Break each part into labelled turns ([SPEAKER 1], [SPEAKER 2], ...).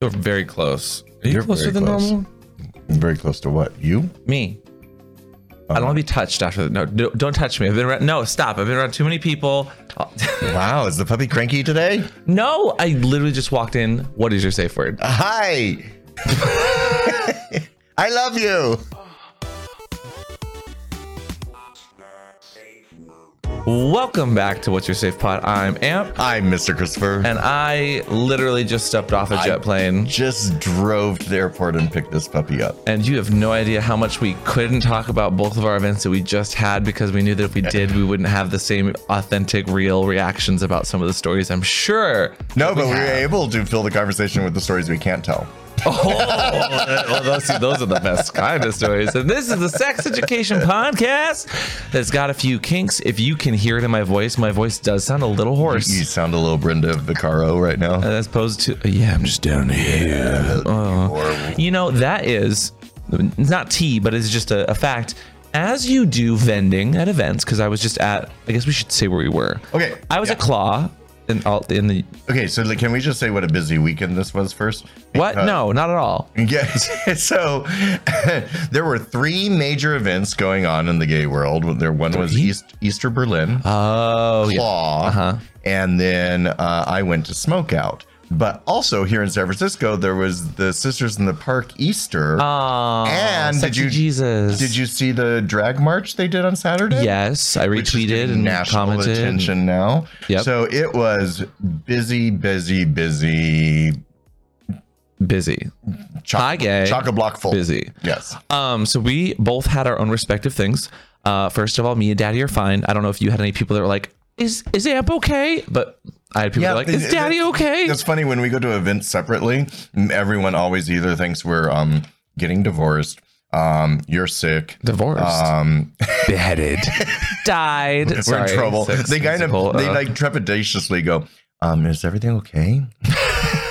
[SPEAKER 1] You're very close. Are you
[SPEAKER 2] You're
[SPEAKER 1] closer
[SPEAKER 2] very
[SPEAKER 1] than
[SPEAKER 2] close.
[SPEAKER 1] normal?
[SPEAKER 2] Very close to what? You?
[SPEAKER 1] Me. I don't want to be touched after that. No, d- don't touch me. I've been around. No, stop. I've been around too many people. I'll-
[SPEAKER 2] Wow, is the puppy cranky today?
[SPEAKER 1] no, I literally just walked in. What is your safe word?
[SPEAKER 2] Hi. I love you.
[SPEAKER 1] Welcome back to What's Your Safe Pod. I'm Amp,
[SPEAKER 2] I'm Mr. Christopher.
[SPEAKER 1] and I literally just stepped off a jet plane.
[SPEAKER 2] just drove to the airport and picked this puppy up.
[SPEAKER 1] And you have no idea how much we couldn't talk about both of our events that we just had because we knew that if we did, we wouldn't have the same authentic, real reactions about some of the stories. I'm sure.
[SPEAKER 2] No, but we were
[SPEAKER 1] have.
[SPEAKER 2] able to fill the conversation with the stories we can't tell.
[SPEAKER 1] Oh, well, those, those are the best kind of stories. And this is the Sex Education Podcast that's got a few kinks. If you can hear it in my voice, my voice does sound a little
[SPEAKER 2] You
[SPEAKER 1] hoarse.
[SPEAKER 2] sound a little Brenda Vaccaro right now.
[SPEAKER 1] As opposed to, yeah, I'm just down here. Uh-huh.
[SPEAKER 2] Or-
[SPEAKER 1] You know, that is not tea, but it's just a, a fact. As you do vending at events, because I was just at, I guess we should say where we were.
[SPEAKER 2] Okay,
[SPEAKER 1] I was
[SPEAKER 2] yeah.
[SPEAKER 1] at Claw in, all- in the,
[SPEAKER 2] Okay, so like, can we just say what a busy weekend this was first?
[SPEAKER 1] what?
[SPEAKER 2] Uh,
[SPEAKER 1] No, not at all.
[SPEAKER 2] Yes. So there were three major events going on in the gay world. There one was East Easter Berlin,
[SPEAKER 1] Oh, yeah.
[SPEAKER 2] Claw, and then uh, I went to Smokeout. But also here in San Francisco, there was the Sisters in the Park Easter.
[SPEAKER 1] Oh,
[SPEAKER 2] and did
[SPEAKER 1] sexy
[SPEAKER 2] you
[SPEAKER 1] Jesus.
[SPEAKER 2] did you see the drag march they did on Saturday?
[SPEAKER 1] Yes, I
[SPEAKER 2] Which is
[SPEAKER 1] retweeted
[SPEAKER 2] getting
[SPEAKER 1] and
[SPEAKER 2] national
[SPEAKER 1] commented.
[SPEAKER 2] attention now.
[SPEAKER 1] Yep.
[SPEAKER 2] So it was busy, busy, busy.
[SPEAKER 1] Busy,
[SPEAKER 2] Chock-
[SPEAKER 1] Hi, gay.
[SPEAKER 2] Chock a block full.
[SPEAKER 1] busy.
[SPEAKER 2] Yes.
[SPEAKER 1] Um, so we both had our own respective things. Uh, first of all, me and Daddy are fine. I don't know if you had any people that were like, "Is is Amp okay?" But I had people that were like,
[SPEAKER 2] th-
[SPEAKER 1] "Is Daddy
[SPEAKER 2] th-
[SPEAKER 1] okay?"
[SPEAKER 2] It's funny when we go to events separately, m- everyone always either thinks we're um getting divorced, um you're sick,
[SPEAKER 1] Divorced,
[SPEAKER 2] um
[SPEAKER 1] beheaded, died.
[SPEAKER 2] we're in trouble. They kind of
[SPEAKER 1] Uh,
[SPEAKER 2] they like trepidatiously go, um is everything okay?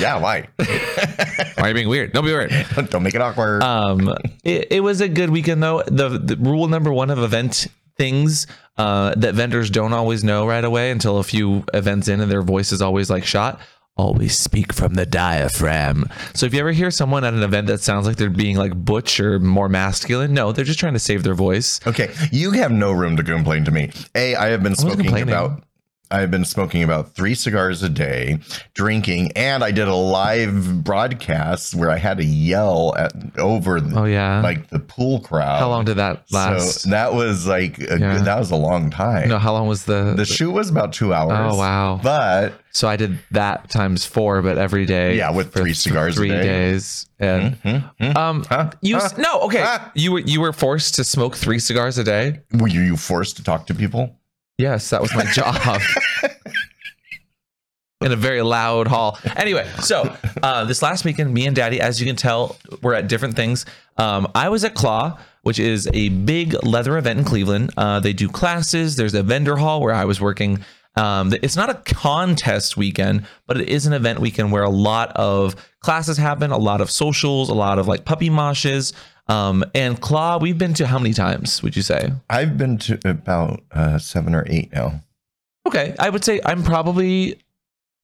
[SPEAKER 2] yeah, why?
[SPEAKER 1] Why are you being weird? Don't be weird.
[SPEAKER 2] Don't make it awkward.
[SPEAKER 1] um it, it was a good weekend though the, the rule number one of event things uh that vendors don't always know right away until a few events in and their voice is always like shot always speak from the diaphragm so if you ever hear someone at an event that sounds like they're being like butch or more masculine no they're just trying to save their voice
[SPEAKER 2] okay, you have no room to complain to me. A, I have been smoking
[SPEAKER 1] complaining.
[SPEAKER 2] about I have been smoking about three cigars a day, drinking, and I did a live broadcast where I had to yell at over
[SPEAKER 1] oh yeah
[SPEAKER 2] like the pool crowd.
[SPEAKER 1] how long did that last
[SPEAKER 2] So that was like a,
[SPEAKER 1] Yeah.
[SPEAKER 2] good that was a long time.
[SPEAKER 1] no how long was the,
[SPEAKER 2] The shoot was about two hours.
[SPEAKER 1] oh wow
[SPEAKER 2] But
[SPEAKER 1] so i did that times four but every day
[SPEAKER 2] yeah, with
[SPEAKER 1] for
[SPEAKER 2] three cigars
[SPEAKER 1] three
[SPEAKER 2] a day.
[SPEAKER 1] days and
[SPEAKER 2] Mhm, mhm.
[SPEAKER 1] Um,
[SPEAKER 2] Huh?
[SPEAKER 1] you s
[SPEAKER 2] Huh?
[SPEAKER 1] no okay.
[SPEAKER 2] Huh?
[SPEAKER 1] You were you were forced to smoke three cigars a day.
[SPEAKER 2] Were you, you forced to talk to people?
[SPEAKER 1] Yes, that was my job. In a very loud hall. Anyway, so uh, this last weekend, me and Daddy, as you can tell, we're at different things. Um, I was at Claw, which is a big leather event in Cleveland. Uh, they do classes. There's a vendor hall where I was working. Um, it's not a contest weekend, but it is an event weekend where a lot of classes happen, a lot of socials, a lot of like puppy moshes. Um, and Claw, we've been to how many times would you say?
[SPEAKER 2] I've been to about uh, seven or eight now.
[SPEAKER 1] Okay, I would say I'm probably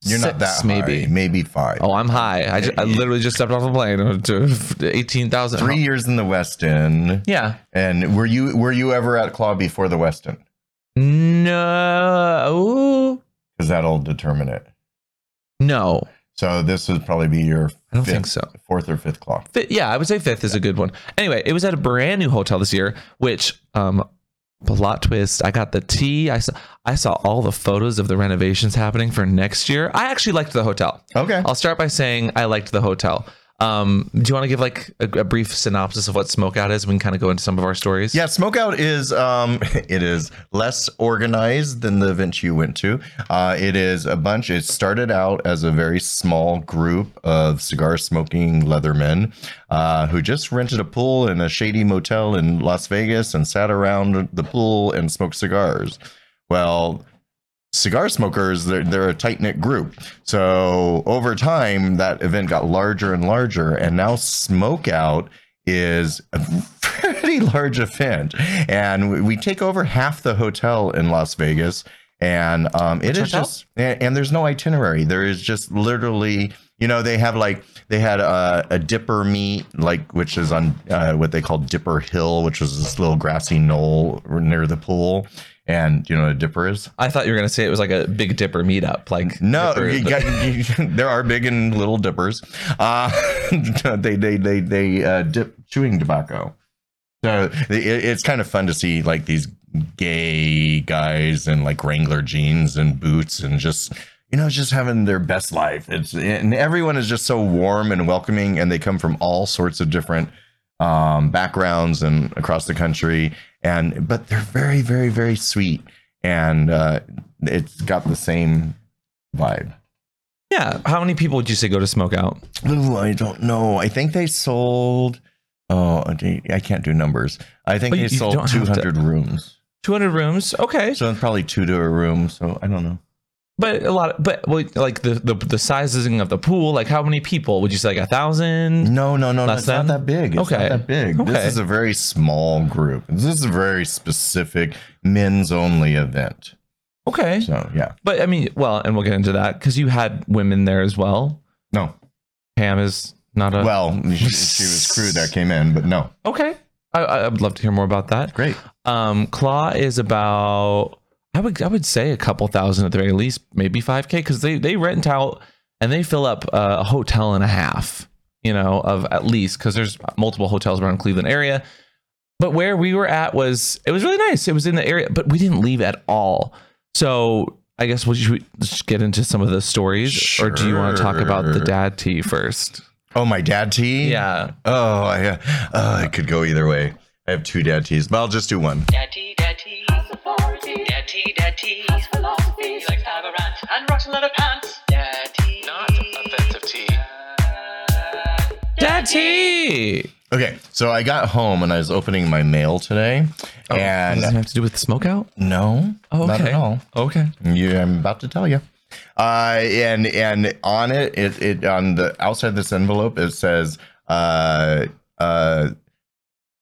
[SPEAKER 2] You're not that
[SPEAKER 1] six, maybe.
[SPEAKER 2] high, maybe five.
[SPEAKER 1] Oh, I'm high. I, ju- I literally just stepped off a plane to eighteen thousand.
[SPEAKER 2] Three years in the West End,
[SPEAKER 1] Yeah.
[SPEAKER 2] and were you were you ever at Claw before the West End?
[SPEAKER 1] No.
[SPEAKER 2] Because that'll determine it.
[SPEAKER 1] No,
[SPEAKER 2] So this would probably be your
[SPEAKER 1] I don't
[SPEAKER 2] fifth,
[SPEAKER 1] think so.
[SPEAKER 2] fourth or fifth Claw.
[SPEAKER 1] Fi yeah, I would say fifth is a good one. Anyway, it was at a brand new hotel this year, which um, plot twist. I got the tea. I saw I saw all the photos of the renovations happening for next year. I actually liked the hotel.
[SPEAKER 2] Okay.
[SPEAKER 1] I'll start by saying I liked the hotel. Um, do you want to give like a, a brief synopsis of what Smokeout is? We can kind of go into some of our stories.
[SPEAKER 2] Yeah, Smokeout is um, it is less organized than the event you went to. Uh, it is a bunch. It started out as a very small group of cigar smoking leathermen uh, who just rented a pool in a shady motel in Las Vegas and sat around the pool and smoked cigars. Well, cigar smokers they're, they're a tight-knit group so over time that event got larger and larger and now smokeout is a pretty large event and we- we take over half the hotel in las vegas and um, it
[SPEAKER 1] Which
[SPEAKER 2] is
[SPEAKER 1] hotel?
[SPEAKER 2] just and, and there's no itinerary there is just literally You know, they have like they had uh, a dipper meet, like which is on uh, what they call Dipper Hill, which was this little grassy knoll near the pool. And you know what a dipper is?
[SPEAKER 1] I thought you were gonna say it was like a Big Dipper meetup. Like
[SPEAKER 2] No,
[SPEAKER 1] Dipper-
[SPEAKER 2] you got- you- there are big and little dippers. Uh, they they they they uh, dip chewing tobacco. So it, it's kind of fun to see like these gay guys in like Wrangler jeans and boots and just you know just having their best life. It's and everyone is just so warm and welcoming, and they come from all sorts of different um, backgrounds and across the country. And but they're very very very sweet, and uh, it's got the same vibe.
[SPEAKER 1] yeah. How many people would you say go to smoke out?
[SPEAKER 2] Ooh, I don't know. I think they sold. Oh, I I can't do numbers. I think
[SPEAKER 1] Well,
[SPEAKER 2] they
[SPEAKER 1] you- you
[SPEAKER 2] sold
[SPEAKER 1] don't have to-
[SPEAKER 2] 200 rooms.
[SPEAKER 1] Two hundred rooms. Okay,
[SPEAKER 2] So it's probably two to a room. So I don't know.
[SPEAKER 1] but a lot. but well, like the, the the sizing of the pool. Like how many people would you say? Like a thousand.
[SPEAKER 2] No, no, no.
[SPEAKER 1] Less
[SPEAKER 2] it's
[SPEAKER 1] than?
[SPEAKER 2] not that big. It's
[SPEAKER 1] Okay.
[SPEAKER 2] not that big. This
[SPEAKER 1] Okay.
[SPEAKER 2] is a very small group. This is a very specific men's only event.
[SPEAKER 1] Okay,
[SPEAKER 2] So yeah.
[SPEAKER 1] but I mean, well, and we'll get into that because you had women there as well.
[SPEAKER 2] No.
[SPEAKER 1] Pam is not a
[SPEAKER 2] Well, she, she was crew that came in, but no.
[SPEAKER 1] okay. I, I I would love to hear more about that.
[SPEAKER 2] Great.
[SPEAKER 1] Um, Claw is about I would I would say a couple thousand at the very least, maybe five k, because they they rent out and they fill up uh, a hotel and a half, you know, of at least because there's multiple hotels around Cleveland area. But where we were at was it was really nice. It was in the area, but we didn't leave at all. So I guess we'll should we just get into some of the stories, or do you want to talk about the
[SPEAKER 2] Sure.
[SPEAKER 1] dad tea first?
[SPEAKER 2] Oh, my dad tea.
[SPEAKER 1] Yeah,
[SPEAKER 2] Oh, I, uh, oh, it could go either way. I have two dad teas, but I'll just do one.
[SPEAKER 3] Daddy, daddy,
[SPEAKER 4] authority.
[SPEAKER 3] daddy, daddy.
[SPEAKER 4] Dad's philosophy.
[SPEAKER 3] He likes to have a rant and rotten leather pants. Daddy, Uh,
[SPEAKER 5] Not offensive tea.
[SPEAKER 1] dad tea.
[SPEAKER 2] Okay, so I got home and I was opening my mail today,
[SPEAKER 1] Does it
[SPEAKER 2] and
[SPEAKER 1] have to do with the smoke out?
[SPEAKER 2] no,
[SPEAKER 1] Mm-hmm. Oh, okay.
[SPEAKER 2] not at all.
[SPEAKER 1] Okay.
[SPEAKER 2] You, I'm about to tell you. Uh, and and on it, it, it on the outside of this envelope, it says uh, uh,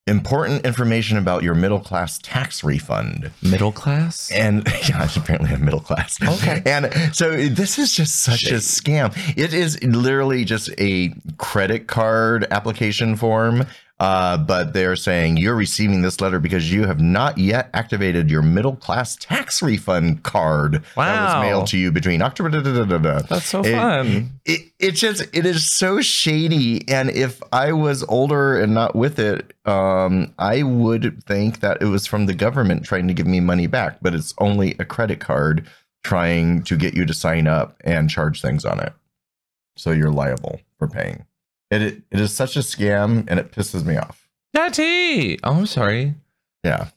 [SPEAKER 2] important information about your middle class tax refund.
[SPEAKER 1] Middle class.
[SPEAKER 2] And yeah, it's apparently a middle class.
[SPEAKER 1] Okay.
[SPEAKER 2] And so this is just such a
[SPEAKER 1] Shady.
[SPEAKER 2] scam. It is literally just a credit card application form. Uh, but they're saying you're receiving this letter because you have not yet activated your middle class tax refund card that
[SPEAKER 1] Wow.
[SPEAKER 2] was mailed to you between October. da, da, da, da, da.
[SPEAKER 1] That's so
[SPEAKER 2] It-
[SPEAKER 1] fun.
[SPEAKER 2] It, it's just it is so shady, and if I was older and not with it, um, I would think that it was from the government trying to give me money back, but it's only a credit card trying to get you to sign up and charge things on it, so you're liable for paying. It it, it is such a scam, and it pisses me off.
[SPEAKER 1] Daddy. Oh, I'm sorry.
[SPEAKER 2] Yeah,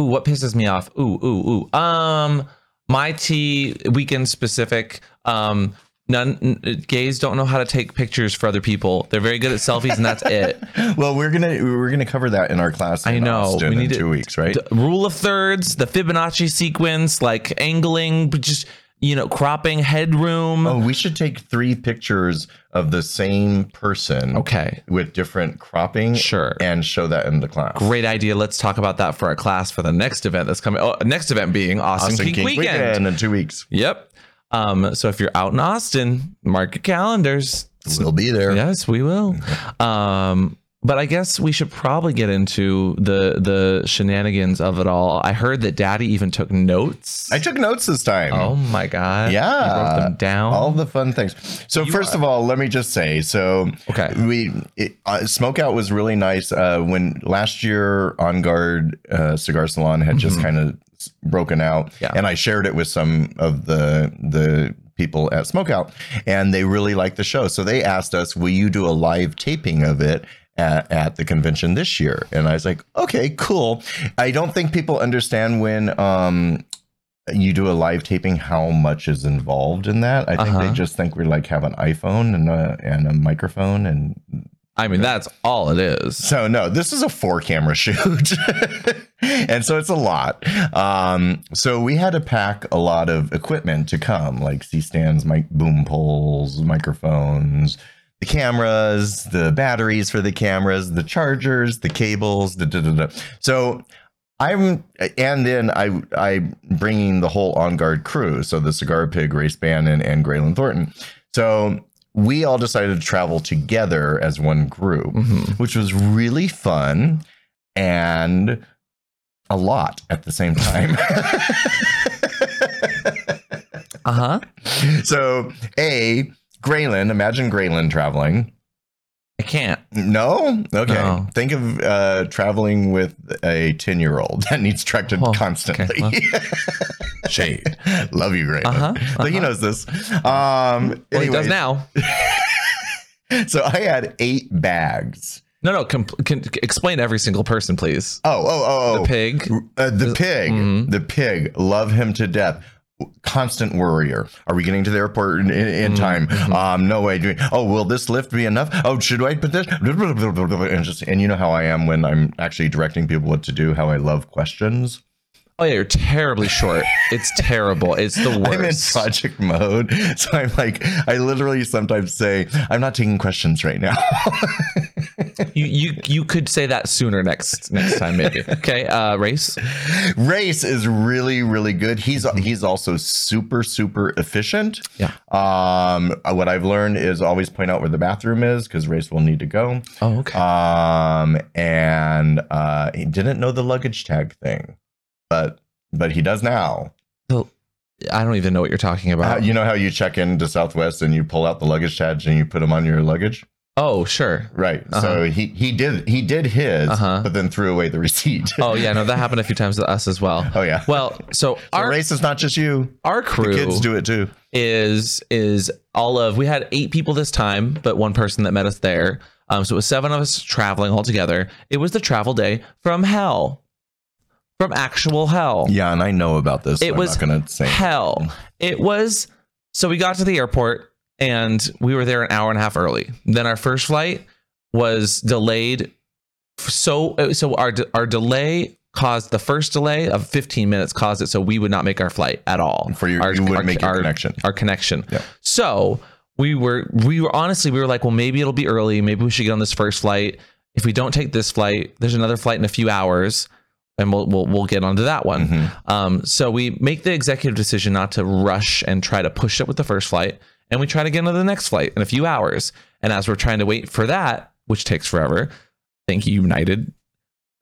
[SPEAKER 1] Ooh, what pisses me off? Ooh, ooh, ooh. Um, my tea weekend specific. Um, none n- gays don't know how to take pictures for other people. They're very good at selfies, and that's it.
[SPEAKER 2] well, we're gonna we're gonna cover that in our class.
[SPEAKER 1] I
[SPEAKER 2] in
[SPEAKER 1] know.
[SPEAKER 2] Austin
[SPEAKER 1] We
[SPEAKER 2] in
[SPEAKER 1] need to-
[SPEAKER 2] two weeks, right?
[SPEAKER 1] The rule of thirds, the Fibonacci sequence, like angling, but just you know, cropping, headroom.
[SPEAKER 2] Oh, we should take three pictures of the same person.
[SPEAKER 1] Okay.
[SPEAKER 2] With different cropping.
[SPEAKER 1] Sure.
[SPEAKER 2] And show that in the class.
[SPEAKER 1] Great idea. Let's talk about that for our class for the next event that's coming. Oh, next event being Austin,
[SPEAKER 2] Awesome
[SPEAKER 1] Peak
[SPEAKER 2] Geek
[SPEAKER 1] weekend.
[SPEAKER 2] weekend in two weeks.
[SPEAKER 1] Yep. Um, so if you're out in Austin, mark your calendars.
[SPEAKER 2] We'll be there.
[SPEAKER 1] Yes, we will. Um, but I guess we should probably get into the the shenanigans of it all. I heard that Daddy even took notes.
[SPEAKER 2] I took notes this time.
[SPEAKER 1] oh my god!
[SPEAKER 2] Yeah. Oh
[SPEAKER 1] you wrote them down.
[SPEAKER 2] All the fun things. So first of all, let me just say. So
[SPEAKER 1] Okay.
[SPEAKER 2] we it, uh, Smokeout was really nice. Uh, when last year, On Guard uh, Cigar Salon had just kind of broken out,
[SPEAKER 1] Mm-hmm. Yeah.
[SPEAKER 2] and I shared it with some of the the people at Smokeout, and they really liked the show. So they asked us, "Will you do a live taping of it?" At, at the convention this year, and I was like, "Okay, cool." I don't think people understand when um, you do a live taping how much is involved in that i think
[SPEAKER 1] Uh-huh.
[SPEAKER 2] they just think we like have an iphone and a, and a microphone and
[SPEAKER 1] I mean, that's all it is.
[SPEAKER 2] so no this is a four camera shoot and so it's a lot um, so we had to pack a lot of equipment to come like c-stands mic boom poles microphones the cameras the batteries for the cameras the chargers the cables the da, da, da. so I'm and then I I bringing the whole on guard crew, so the Cigar Pig, Race Bannon, and Graylin Thornton. So we all decided to travel together as one group,
[SPEAKER 1] Mm-hmm.
[SPEAKER 2] which was really fun and a lot at the same time.
[SPEAKER 1] Uh huh.
[SPEAKER 2] so, A, Grayland, imagine Grayland traveling.
[SPEAKER 1] I can't.
[SPEAKER 2] No? Okay.
[SPEAKER 1] No.
[SPEAKER 2] Think of uh, traveling with a 10 year old that needs directed
[SPEAKER 1] Oh, okay.
[SPEAKER 2] constantly.
[SPEAKER 1] Well,
[SPEAKER 4] Shade.
[SPEAKER 2] Love you, Grayland.
[SPEAKER 1] Uh-huh,
[SPEAKER 2] But he
[SPEAKER 1] uh-huh.
[SPEAKER 2] knows this. Um,
[SPEAKER 1] Well, he does
[SPEAKER 2] anyways,
[SPEAKER 1] now.
[SPEAKER 2] So I had eight bags.
[SPEAKER 1] No, no. Com- can, explain every single person, please.
[SPEAKER 2] Oh, oh, oh, oh.
[SPEAKER 1] The pig.
[SPEAKER 2] Uh, the pig,
[SPEAKER 1] Mhm.
[SPEAKER 2] the pig, love him to death. Constant worrier. Are we getting to the airport in, in, in time? Um, no way. Do- Oh, will this lift be enough? Oh, should I put this? And, just, and you know how I am when I'm actually directing people what to do. How I love questions.
[SPEAKER 1] Oh yeah, you're terribly short. It's terrible. It's the worst.
[SPEAKER 2] I'm in project mode, so I'm like, I literally sometimes say, I'm not taking questions right now.
[SPEAKER 1] You you you could say that sooner next next time maybe. Okay. Uh, race.
[SPEAKER 2] Race is really, really good. He's he's also super, super efficient.
[SPEAKER 1] Mm-hmm. Yeah.
[SPEAKER 2] Um, what I've learned is always point out where the bathroom is because Race will need to go.
[SPEAKER 1] Oh okay.
[SPEAKER 2] Um, and uh, he didn't know the luggage tag thing, but but he does now.
[SPEAKER 1] So, I don't even know what you're talking
[SPEAKER 2] Uh,
[SPEAKER 1] about.
[SPEAKER 2] you know how you check into Southwest and you pull out the luggage tags and you put them on your luggage,
[SPEAKER 1] oh sure.
[SPEAKER 2] right? So he he did he did his,
[SPEAKER 1] Uh-huh.
[SPEAKER 2] but then threw away the receipt.
[SPEAKER 1] Oh yeah. No, that happened a few times to us as well.
[SPEAKER 2] Oh, yeah.
[SPEAKER 1] Well, so
[SPEAKER 2] So
[SPEAKER 1] our
[SPEAKER 2] race is not just you.
[SPEAKER 1] our
[SPEAKER 2] The
[SPEAKER 1] crew
[SPEAKER 2] kids do it too.
[SPEAKER 1] is is all of we had eight people this time, but one person that met us there. Um, so it was seven of us traveling all together. It was the travel day from hell, from actual hell.
[SPEAKER 2] Yeah, and I know about this.
[SPEAKER 1] It
[SPEAKER 2] so
[SPEAKER 1] was
[SPEAKER 2] I'm not gonna say
[SPEAKER 1] hell. It was so we got to the airport and we were there an hour and a half early. Then our first flight was delayed. So uh, so our our delay caused the first delay of 15 minutes caused it so we would not make our flight at all
[SPEAKER 2] For your- you wouldn't make your connection.
[SPEAKER 1] our connection
[SPEAKER 2] Yeah.
[SPEAKER 1] so we were we were honestly we were like well maybe it'll be early maybe we should get on this first flight if we don't take this flight there's another flight in a few hours and we'll we'll, we'll get onto that one
[SPEAKER 2] Mm-hmm.
[SPEAKER 1] um, so we make the executive decision not to rush and try to push it with the first flight, and we try to get into the next flight in a few hours. And as we're trying to wait for that, which takes forever, thank you United.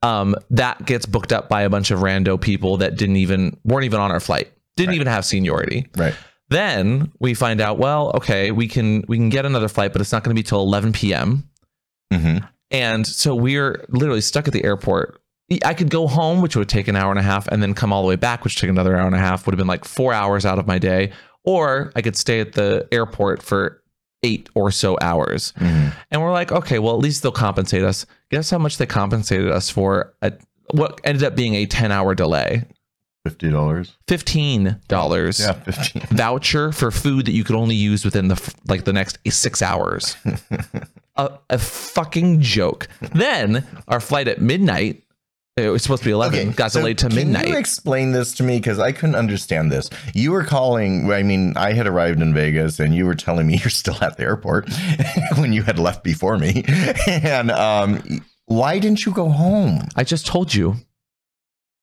[SPEAKER 1] Um, that gets booked up by a bunch of rando people that didn't even weren't even on our flight, didn't even have seniority.
[SPEAKER 2] right.
[SPEAKER 1] Then we find out, well, okay, we can we can get another flight, but it's not going to be till 11 p.m.
[SPEAKER 2] hmm
[SPEAKER 1] And so we're literally stuck at the airport. I could go home, which would take an hour and a half, and then come all the way back, which took another hour and a half, would have been like four hours out of my day. Or I could stay at the airport for eight or so hours.
[SPEAKER 2] Mm-hmm.
[SPEAKER 1] And we're like, okay, well, at least they'll compensate us. Guess how much they compensated us for a, what ended up being a 10 hour delay?
[SPEAKER 2] Fifty dollars.
[SPEAKER 1] $15
[SPEAKER 2] Yeah, fifteen.
[SPEAKER 1] voucher for food that you could only use within the f- like the next six hours. a, a fucking joke. Then our flight at midnight. It was supposed to be eleven. got
[SPEAKER 2] so
[SPEAKER 1] delayed to
[SPEAKER 2] Can you
[SPEAKER 1] midnight.
[SPEAKER 2] explain this to me? Because I couldn't understand this. You were calling, I mean, I had arrived in Vegas and you were telling me you're still at the airport when you had left before me. And um, why didn't you go home?
[SPEAKER 1] I just told you.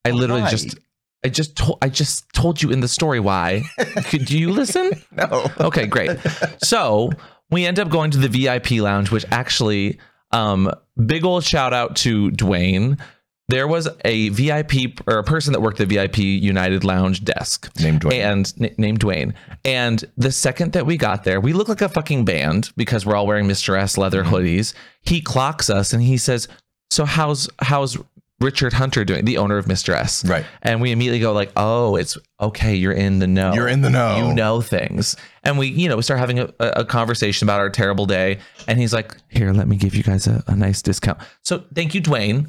[SPEAKER 1] I literally
[SPEAKER 2] Why?
[SPEAKER 1] just. I just told. I just told you in the story why. Could you listen?
[SPEAKER 2] No.
[SPEAKER 1] Okay, great. So we end up going to the VIP lounge, which actually, um, big old shout out to Dwayne. There was a VIP or a person that worked the VIP United Lounge desk
[SPEAKER 2] Named Dwayne.
[SPEAKER 1] and n- named Dwayne. And the second that we got there, we look like a fucking band because we're all wearing Mr. S leather
[SPEAKER 2] Mm-hmm.
[SPEAKER 1] hoodies. He clocks us and he says, "So how's how's Richard Hunter doing? The owner of Mr. S,
[SPEAKER 2] Right.
[SPEAKER 1] And we immediately go like, "Oh, it's okay. You're in the know.
[SPEAKER 2] You're in the know.
[SPEAKER 1] You know things." And we, you know, we start having a, a a conversation about our terrible day. And he's like, "Here, let me give you guys a, a nice discount." So thank you, Dwayne.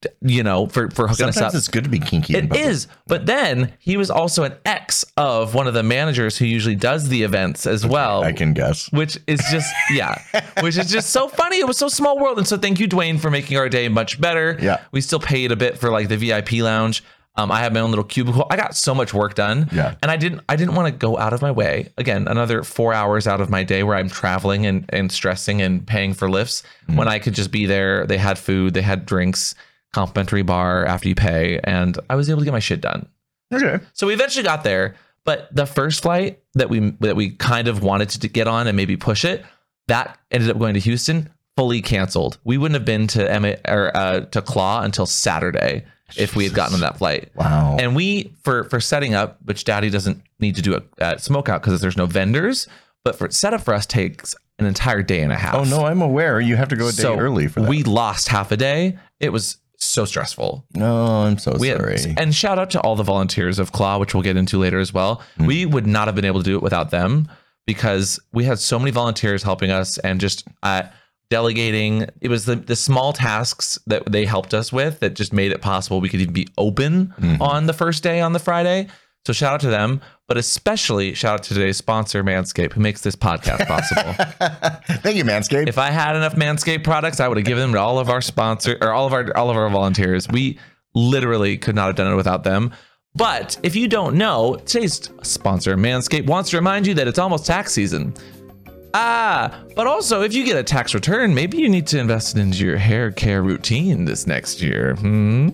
[SPEAKER 1] d- You know, for for hooking us up.
[SPEAKER 2] Sometimes it's good to be kinky. in
[SPEAKER 1] It
[SPEAKER 2] public.
[SPEAKER 1] is. But then he was also an ex of one of the managers who usually does the events as well.
[SPEAKER 2] I can guess.
[SPEAKER 1] Which is just, yeah, which is just so funny. It was so small world. And so thank you, Dwayne, for making our day much better.
[SPEAKER 2] Yeah.
[SPEAKER 1] We still paid a bit for like the VIP lounge. Um, I have my own little cubicle. I got so much work done.
[SPEAKER 2] Yeah.
[SPEAKER 1] And I didn't I didn't want to go out of my way. Again, another four hours out of my day where I'm traveling and, and stressing and paying for lifts
[SPEAKER 2] Mm.
[SPEAKER 1] when I could just be there. They had food, they had drinks, complimentary bar after you pay, and I was able to get my shit done.
[SPEAKER 2] Okay.
[SPEAKER 1] So we eventually got there, But the first flight that we that we kind of wanted to get on and maybe push it, that ended up going to Houston, fully canceled. We wouldn't have been to Emma or uh, to Claw until Saturday if we had gotten on that flight.
[SPEAKER 2] Wow.
[SPEAKER 1] And we for for setting up, which Daddy doesn't need to do a, a smokeout because there's no vendors, but for setup for us takes an entire day and a half.
[SPEAKER 2] oh no, I'm aware. You have to go a day early for that.
[SPEAKER 1] We lost half a day. It was so stressful.
[SPEAKER 2] no, I'm so
[SPEAKER 1] We had-
[SPEAKER 2] sorry.
[SPEAKER 1] and shout out to all the volunteers of Claw, which we'll get into later as well.
[SPEAKER 2] Mm-hmm.
[SPEAKER 1] We would not have been able to do it without them because we had so many volunteers helping us and just uh, delegating. It was the, the small tasks that they helped us with that just made it possible we could even be open
[SPEAKER 2] Mhm.
[SPEAKER 1] on the first day on the Friday. So shout out to them, but especially shout out to today's sponsor, Manscaped, who makes this podcast possible.
[SPEAKER 2] Thank you, Manscaped.
[SPEAKER 1] if I had enough Manscaped products, I would have given them to all of our sponsor or all of our all of our volunteers. We literally could not have done it without them. But if you don't know, today's sponsor, Manscaped, wants to remind you that it's almost tax season. Ah, but also if you get a tax return, maybe you need to invest it into your hair care routine this next year. Hmm?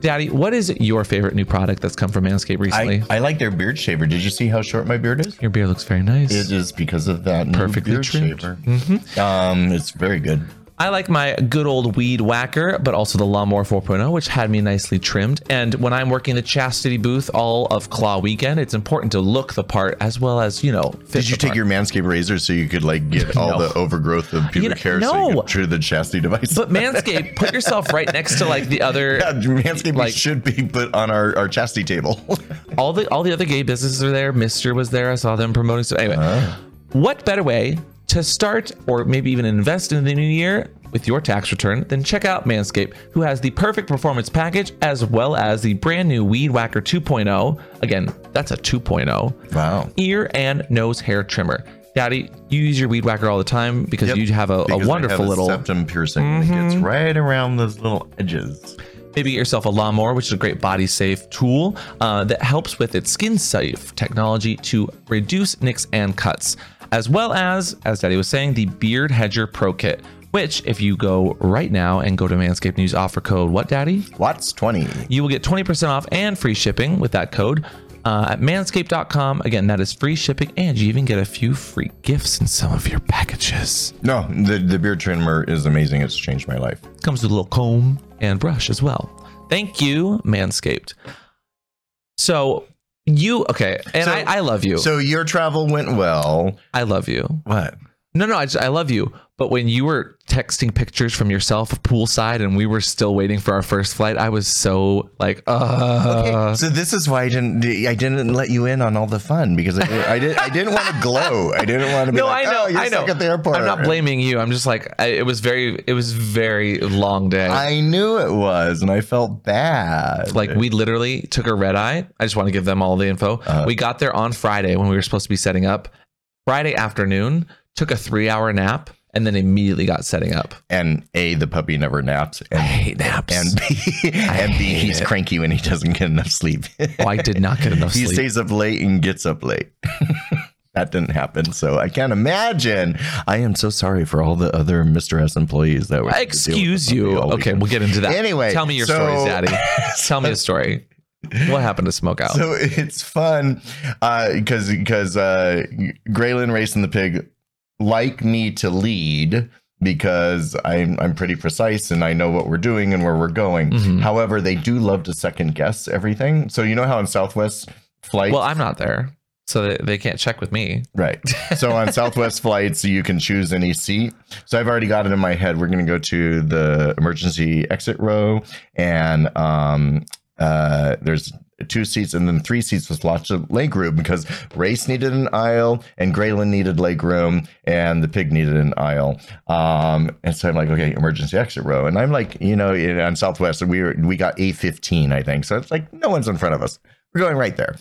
[SPEAKER 1] Daddy, what is your favorite new product that's come from Manscaped recently?
[SPEAKER 2] Mm-hmm. I, I like their beard shaver. Did you see how short my beard is?
[SPEAKER 1] your beard looks very nice.
[SPEAKER 2] It is because of that new
[SPEAKER 1] Perfectly
[SPEAKER 2] beard
[SPEAKER 1] trimmed. Mm-hmm.
[SPEAKER 2] shaver. Um, it's very good.
[SPEAKER 1] I like my good old weed whacker, but also the lawnmower 4.0, which had me nicely trimmed. And when I'm working the chastity booth all of Claw weekend, it's important to look the part as well as you know. Fit
[SPEAKER 2] Did you
[SPEAKER 1] the
[SPEAKER 2] take
[SPEAKER 1] part.
[SPEAKER 2] your Manscaped razor so you could like get all
[SPEAKER 1] No.
[SPEAKER 2] the overgrowth of pubic
[SPEAKER 1] You know-
[SPEAKER 2] hair so you
[SPEAKER 1] no.
[SPEAKER 2] could true the chastity device?
[SPEAKER 1] But Manscaped, put yourself right next to like the other.
[SPEAKER 2] yeah, Manscaped
[SPEAKER 1] like-
[SPEAKER 2] should be put on our, our chastity table.
[SPEAKER 1] all the all the other gay businesses are there. Mister was there. I saw them promoting. So anyway,
[SPEAKER 2] Ah.
[SPEAKER 1] what better way to start or maybe even invest in the new year with your tax return than check out Manscaped, who has the perfect performance package as well as the brand new Weed Whacker 2.0. Again, that's a 2.0
[SPEAKER 2] wow.
[SPEAKER 1] ear and nose hair trimmer. Daddy, you use your weed whacker all the time because
[SPEAKER 2] Yep.
[SPEAKER 1] you have a, a
[SPEAKER 2] Because I
[SPEAKER 1] wonderful
[SPEAKER 2] have a
[SPEAKER 1] little Mm-hmm.
[SPEAKER 2] septum piercing that gets right around those little edges.
[SPEAKER 1] Maybe get yourself a lawnmower, which is a great body safe tool uh, that helps with its skin safe technology to reduce nicks and cuts, as well as, as Daddy was saying, the Beard Hedger Pro Kit, which, if you go right now and go to Manscaped News offer code, what, Daddy?
[SPEAKER 2] Watts twenty.
[SPEAKER 1] You will get 20% off and free shipping with that code uh, at manscaped.com. Again, that is free shipping, and you even get a few free gifts in some of your packages.
[SPEAKER 2] No, the the beard trimmer is amazing. It's changed my life.
[SPEAKER 1] comes with a little comb and brush as well. Thank you, Manscaped. So you okay, and
[SPEAKER 2] So-
[SPEAKER 1] I, I love you.
[SPEAKER 2] So your travel went well.
[SPEAKER 1] I love you.
[SPEAKER 2] What?
[SPEAKER 1] No, no, I just I love you. But when you were texting pictures from yourself poolside, and we were still waiting for our first flight, I was so like, uh.
[SPEAKER 2] so this is why I didn't I didn't let you in on all the fun because I, I did I didn't want to glow. I didn't want to be
[SPEAKER 1] No,
[SPEAKER 2] like,
[SPEAKER 1] I know.
[SPEAKER 2] oh, you're
[SPEAKER 1] I know.
[SPEAKER 2] stuck at the airport.
[SPEAKER 1] I'm not blaming you. I'm just like I, it was very, it was very long day.
[SPEAKER 2] I knew it was, and I felt bad.
[SPEAKER 1] like we literally took a red eye. I just want to give them all the info.
[SPEAKER 2] Uh-huh.
[SPEAKER 1] we got there on Friday when we were supposed to be setting up. Friday afternoon, took a three hour nap, and then immediately got setting up.
[SPEAKER 2] and a the puppy never naps,
[SPEAKER 1] I
[SPEAKER 2] and
[SPEAKER 1] hate naps.
[SPEAKER 2] and b and b
[SPEAKER 1] hate
[SPEAKER 2] he's
[SPEAKER 1] it.
[SPEAKER 2] cranky when he doesn't get enough sleep.
[SPEAKER 1] oh, I did not get enough
[SPEAKER 2] he
[SPEAKER 1] sleep.
[SPEAKER 2] stays up late and gets up late. that didn't happen, so I can't imagine. I am so sorry for all the other Mr. S employees that were.
[SPEAKER 1] Excuse you. Okay, we'll get into that.
[SPEAKER 2] Anyway,
[SPEAKER 1] tell me your
[SPEAKER 2] so-
[SPEAKER 1] stories, Daddy. tell me a story. What happened to Smokeout?
[SPEAKER 2] So it's fun because because uh, Graylin racing the pig like me to lead because I'm I'm pretty precise and I know what we're doing and where we're going.
[SPEAKER 1] Mhm.
[SPEAKER 2] However, they do love to second guess everything. So you know how in Southwest flights,
[SPEAKER 1] well, I'm not there, so they, they can't check with me.
[SPEAKER 2] right? So on Southwest flights, you can choose any seat. So I've already got it in my head. We're going to go to the emergency exit row, and um, uh, there's two seats and then three seats with lots of leg room because Race needed an aisle and Graylin needed leg room and the pig needed an aisle. Um, and so I'm like, okay, emergency exit row. And I'm like, you know, in- on Southwest, we were, we got A15, I think. So it's like, no one's in front of us. We're going right there.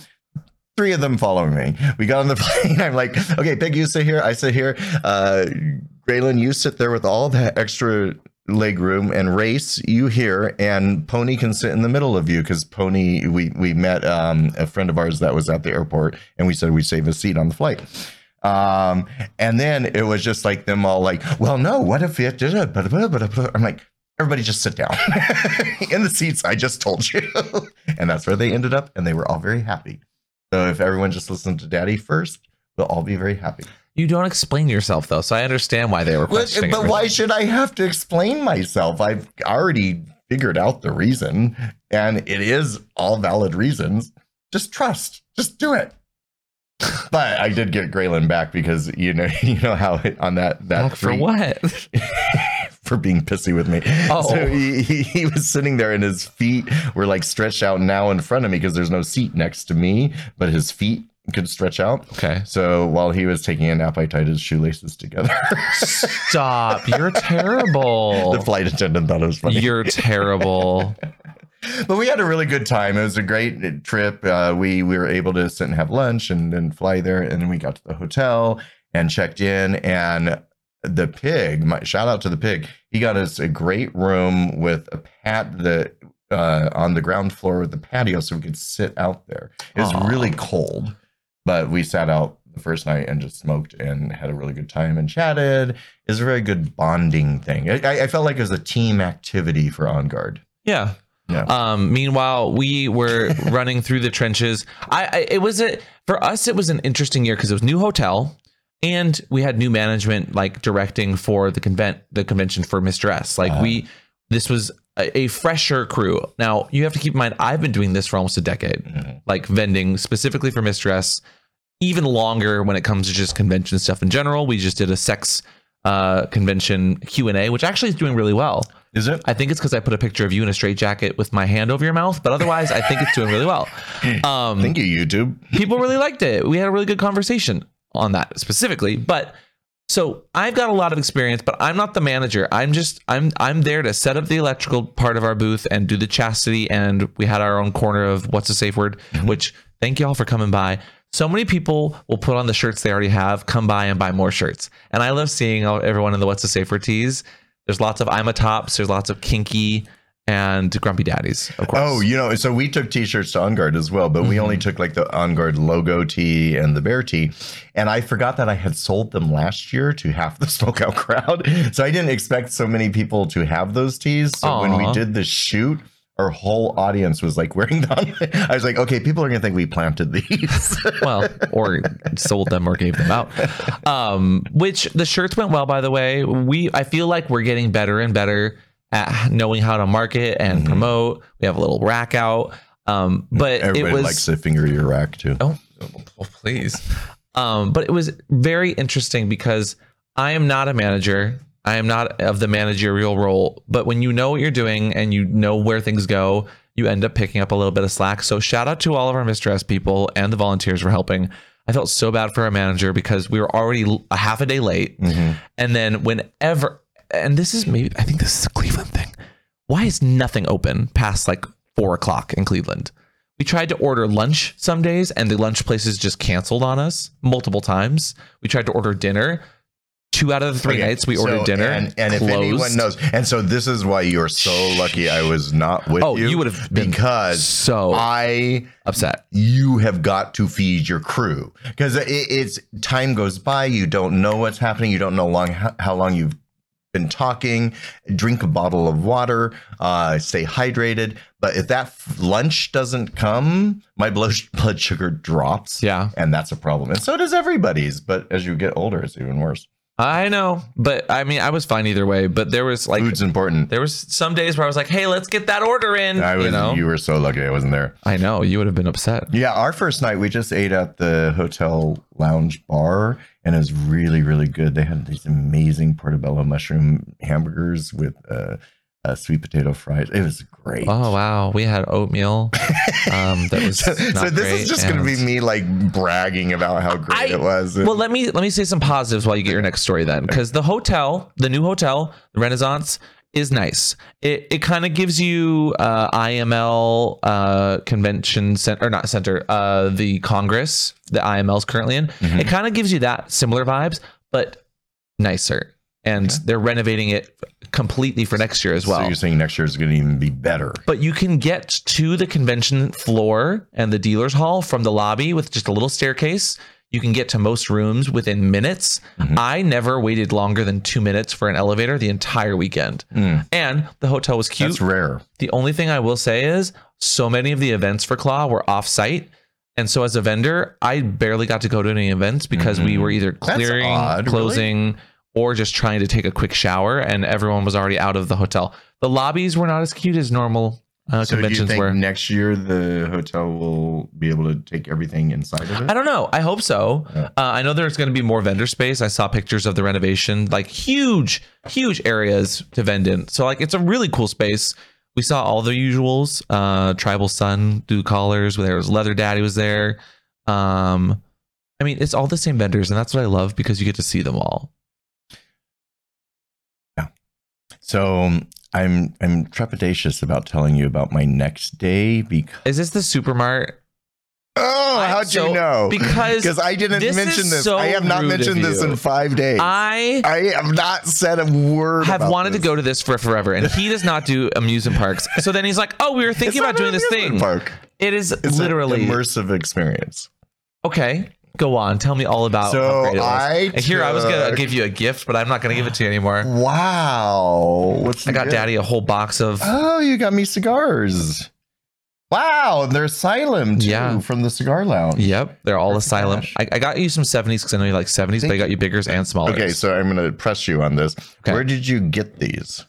[SPEAKER 2] Three of them following me. We got on the plane. I'm like, okay, Pig, you sit here. I sit here. Uh, Graylin, you sit there with all that extra leg room and race you here and pony can sit in the middle of you because pony we we met um a friend of ours that was at the airport and we said we'd save a seat on the flight um and then it was just like them all like well no what if it did it but i'm like everybody just sit down in the seats i just told you and that's where they ended up and they were all very happy So if everyone just listened to Daddy first, we'll all be very happy.
[SPEAKER 1] You don't explain yourself though, so I understand why they were
[SPEAKER 2] But,
[SPEAKER 1] questioning.
[SPEAKER 2] but
[SPEAKER 1] everything.
[SPEAKER 2] why should I have to explain myself? I've already figured out the reason, and it is all valid reasons. Just trust. Just do it. But I did get Graylin back because you know you know how it, on that that
[SPEAKER 1] for
[SPEAKER 2] tweet-
[SPEAKER 1] what?
[SPEAKER 2] for being pissy with me.
[SPEAKER 1] Oh.
[SPEAKER 2] So he, he, he was sitting there and his feet were like stretched out now in front of me because there's no seat next to me, but his feet could stretch out.
[SPEAKER 1] Okay.
[SPEAKER 2] So while he was taking a nap, I tied his shoelaces together.
[SPEAKER 1] Stop. You're terrible.
[SPEAKER 2] the flight attendant thought it was funny.
[SPEAKER 1] You're terrible.
[SPEAKER 2] but we had a really good time. It was a great trip. Uh, we we were able to sit and have lunch and then fly there, and then we got to the hotel and checked in. And the pig, my, shout out to the pig, he got us a great room with a pat the uh, on the ground floor with the patio, so we could sit out there. It was
[SPEAKER 1] Aw.
[SPEAKER 2] really cold, but we sat out the first night and just smoked and had a really good time and chatted. It was a very good bonding thing. I- I, I felt like it was a team activity for On Guard.
[SPEAKER 1] Yeah.
[SPEAKER 2] Yeah.
[SPEAKER 1] Um, meanwhile, we were running through the trenches. I, I it was a for us it was an interesting year because it was new hotel and we had new management like directing for the convent the convention for Mr. S. Like
[SPEAKER 2] Uh-huh.
[SPEAKER 1] we this was a, a fresher crew. Now you have to keep in mind I've been doing this for almost a decade,
[SPEAKER 2] Mm-hmm.
[SPEAKER 1] like vending specifically for Mr. S. Even longer when it comes to just convention stuff in general. We just did a sex uh convention Q and A, which actually is doing really well.
[SPEAKER 2] Is it?
[SPEAKER 1] I think it's because I put a picture of you in a straight jacket with my hand over your mouth, but otherwise, I think it's doing really well. Um,
[SPEAKER 2] Thank you, YouTube.
[SPEAKER 1] people really liked it. We had a really good conversation on that specifically. But so I've got a lot of experience, but I'm not the manager. I'm just I'm I'm there to set up the electrical part of our booth and do the chastity. And we had our own corner of what's a safe word, which thank you all for coming by. So many people will put on the shirts they already have, come by and buy more shirts. And I love seeing all, everyone in the what's a safe word tees. There's lots of I'm a tops. There's lots of kinky and grumpy daddies. Of course.
[SPEAKER 2] Oh, you know, so we took t-shirts to On Guard as well, but we only
[SPEAKER 1] Mm-hmm.
[SPEAKER 2] took like the On Guard logo tee and the bear tee. And I forgot that I had sold them last year to half the smokeout crowd. So I didn't expect so many people to have those tees. So when
[SPEAKER 1] Aw.
[SPEAKER 2] we did the shoot, our whole audience was like wearing them. I was like, okay, people are gonna think we planted these.
[SPEAKER 1] well, or sold them or gave them out. Um, which the shirts went well, by the way. We I feel like we're getting better and better at knowing how to market and
[SPEAKER 2] Mhm.
[SPEAKER 1] promote. We have a little rack out, um, but
[SPEAKER 2] Everybody
[SPEAKER 1] it was
[SPEAKER 2] likes to finger your rack too.
[SPEAKER 1] Oh, oh, please. Um, but it was very interesting because I am not a manager. I am not of the managerial role. But when you know what you're doing and you know where things go, you end up picking up a little bit of slack. So shout out to all of our mistress people and the volunteers for helping. I felt so bad for our manager because we were already l- a half a day late.
[SPEAKER 2] Mhm.
[SPEAKER 1] And then whenever, and this is maybe, I think this is a Cleveland thing. Why is nothing open past like four o'clock in Cleveland? We tried to order lunch some days and the lunch places just canceled on us multiple times. We tried to order dinner. Two out of the three
[SPEAKER 2] Okay,
[SPEAKER 1] nights we
[SPEAKER 2] so-
[SPEAKER 1] ordered dinner.
[SPEAKER 2] And, and if anyone
[SPEAKER 1] closed.
[SPEAKER 2] knows, and so this is why you're so lucky I was not with
[SPEAKER 1] Oh,
[SPEAKER 2] you.
[SPEAKER 1] you would have been
[SPEAKER 2] because
[SPEAKER 1] so
[SPEAKER 2] I
[SPEAKER 1] upset.
[SPEAKER 2] you have got to feed your crew because it, it's time goes by. You don't know what's happening. You don't know long how, how long you've been talking. Drink a bottle of water. Uh, stay hydrated. But if that f- lunch doesn't come, my blood blood sugar drops.
[SPEAKER 1] Yeah.
[SPEAKER 2] And that's a problem. And so does everybody's. But as you get older, it's even worse.
[SPEAKER 1] I know. But I mean, I was fine either way. But there was like,
[SPEAKER 2] Food's important.
[SPEAKER 1] there was some days where I was like, hey, let's get that order in.
[SPEAKER 2] I was,
[SPEAKER 1] you know?
[SPEAKER 2] you were so lucky I wasn't there.
[SPEAKER 1] I know. You would have been upset.
[SPEAKER 2] Yeah, our first night we just ate at the hotel lounge bar, and it was really, really good. They had these amazing portobello mushroom hamburgers with uh, uh, sweet potato fries. It was great.
[SPEAKER 1] Oh wow, we had oatmeal. Um, that was
[SPEAKER 2] so,
[SPEAKER 1] not
[SPEAKER 2] so this
[SPEAKER 1] great,
[SPEAKER 2] is just going to
[SPEAKER 1] and-
[SPEAKER 2] be me like bragging about how great
[SPEAKER 1] I-
[SPEAKER 2] it was.
[SPEAKER 1] Well, let me let me say some positives while you get your next story then, because the hotel, the new hotel, the Renaissance, is nice. It it kind of gives you uh, IML uh, convention center or not center, uh, the Congress the IML's currently in.
[SPEAKER 2] Mm-hmm.
[SPEAKER 1] It kind of gives you that similar vibes, but nicer. And they're renovating it completely for next year as well.
[SPEAKER 2] so you're saying next year is going to even be better?
[SPEAKER 1] but you can get to the convention floor and the dealer's hall from the lobby with just a little staircase. You can get to most rooms within minutes. I never waited longer than two minutes for an elevator the entire weekend. And the hotel was Mm. cute.
[SPEAKER 2] That's rare.
[SPEAKER 1] The only thing I will say is so many of the events for Claw were off site. And so as a vendor, I barely got to go to any events because we
[SPEAKER 2] Mhm.
[SPEAKER 1] were either clearing,
[SPEAKER 2] odd, really.
[SPEAKER 1] closing, or just trying to take a quick shower, and everyone was already out of the hotel. The lobbies were not as cute as normal uh,
[SPEAKER 2] so do you
[SPEAKER 1] conventions
[SPEAKER 2] think
[SPEAKER 1] were.
[SPEAKER 2] next year the hotel will be able to take everything inside of it?
[SPEAKER 1] I don't know. I hope so.
[SPEAKER 2] Yeah.
[SPEAKER 1] Uh, I know there's going to be more vendor space. I saw pictures of the renovation, like huge, huge areas to vend in. So like it's a really cool space. We saw all the usuals. Uh, Tribal Sun, do Collars. There was Leather Daddy was there. Um, I mean, it's all the same vendors, and that's what I love because you get to see them all.
[SPEAKER 2] So um, I'm I'm trepidatious about telling you about my next day because
[SPEAKER 1] Is this the Supermart?
[SPEAKER 2] oh,
[SPEAKER 1] I'm
[SPEAKER 2] how'd
[SPEAKER 1] so-
[SPEAKER 2] you know?
[SPEAKER 1] because
[SPEAKER 2] because I didn't
[SPEAKER 1] this
[SPEAKER 2] mention
[SPEAKER 1] is
[SPEAKER 2] this.
[SPEAKER 1] so
[SPEAKER 2] I have not
[SPEAKER 1] rude of
[SPEAKER 2] mentioned this
[SPEAKER 1] you.
[SPEAKER 2] in five days. I,
[SPEAKER 1] I
[SPEAKER 2] have not said a word.
[SPEAKER 1] have
[SPEAKER 2] about
[SPEAKER 1] wanted
[SPEAKER 2] this.
[SPEAKER 1] to go to this for forever, and he does not do amusement parks. So then he's like, "Oh, we were
[SPEAKER 2] It's
[SPEAKER 1] thinking
[SPEAKER 2] not
[SPEAKER 1] about doing
[SPEAKER 2] an
[SPEAKER 1] this thing."
[SPEAKER 2] amusement Park.
[SPEAKER 1] It is
[SPEAKER 2] It's an
[SPEAKER 1] literally
[SPEAKER 2] immersive experience.
[SPEAKER 1] Okay, go on. Tell me all about.
[SPEAKER 2] So
[SPEAKER 1] Oh, how great it was.
[SPEAKER 2] I
[SPEAKER 1] and here I was gonna
[SPEAKER 2] took- Oh,
[SPEAKER 1] give you a gift, but I'm not gonna give it to you anymore.
[SPEAKER 2] Wow. What's
[SPEAKER 1] I
[SPEAKER 2] the
[SPEAKER 1] got
[SPEAKER 2] good-
[SPEAKER 1] Daddy a whole box of.
[SPEAKER 2] Oh, you got me cigars. Wow, and they're Asylum too
[SPEAKER 1] Yeah.
[SPEAKER 2] from the cigar lounge.
[SPEAKER 1] Yep, they're all
[SPEAKER 2] Oh my
[SPEAKER 1] asylum.
[SPEAKER 2] gosh.
[SPEAKER 1] I, I got you some 70s because I know you like 70s, but I
[SPEAKER 2] Thank
[SPEAKER 1] got you biggers and smaller.
[SPEAKER 2] Okay, so I'm gonna press you on this.
[SPEAKER 1] Okay.
[SPEAKER 2] Where did you get these?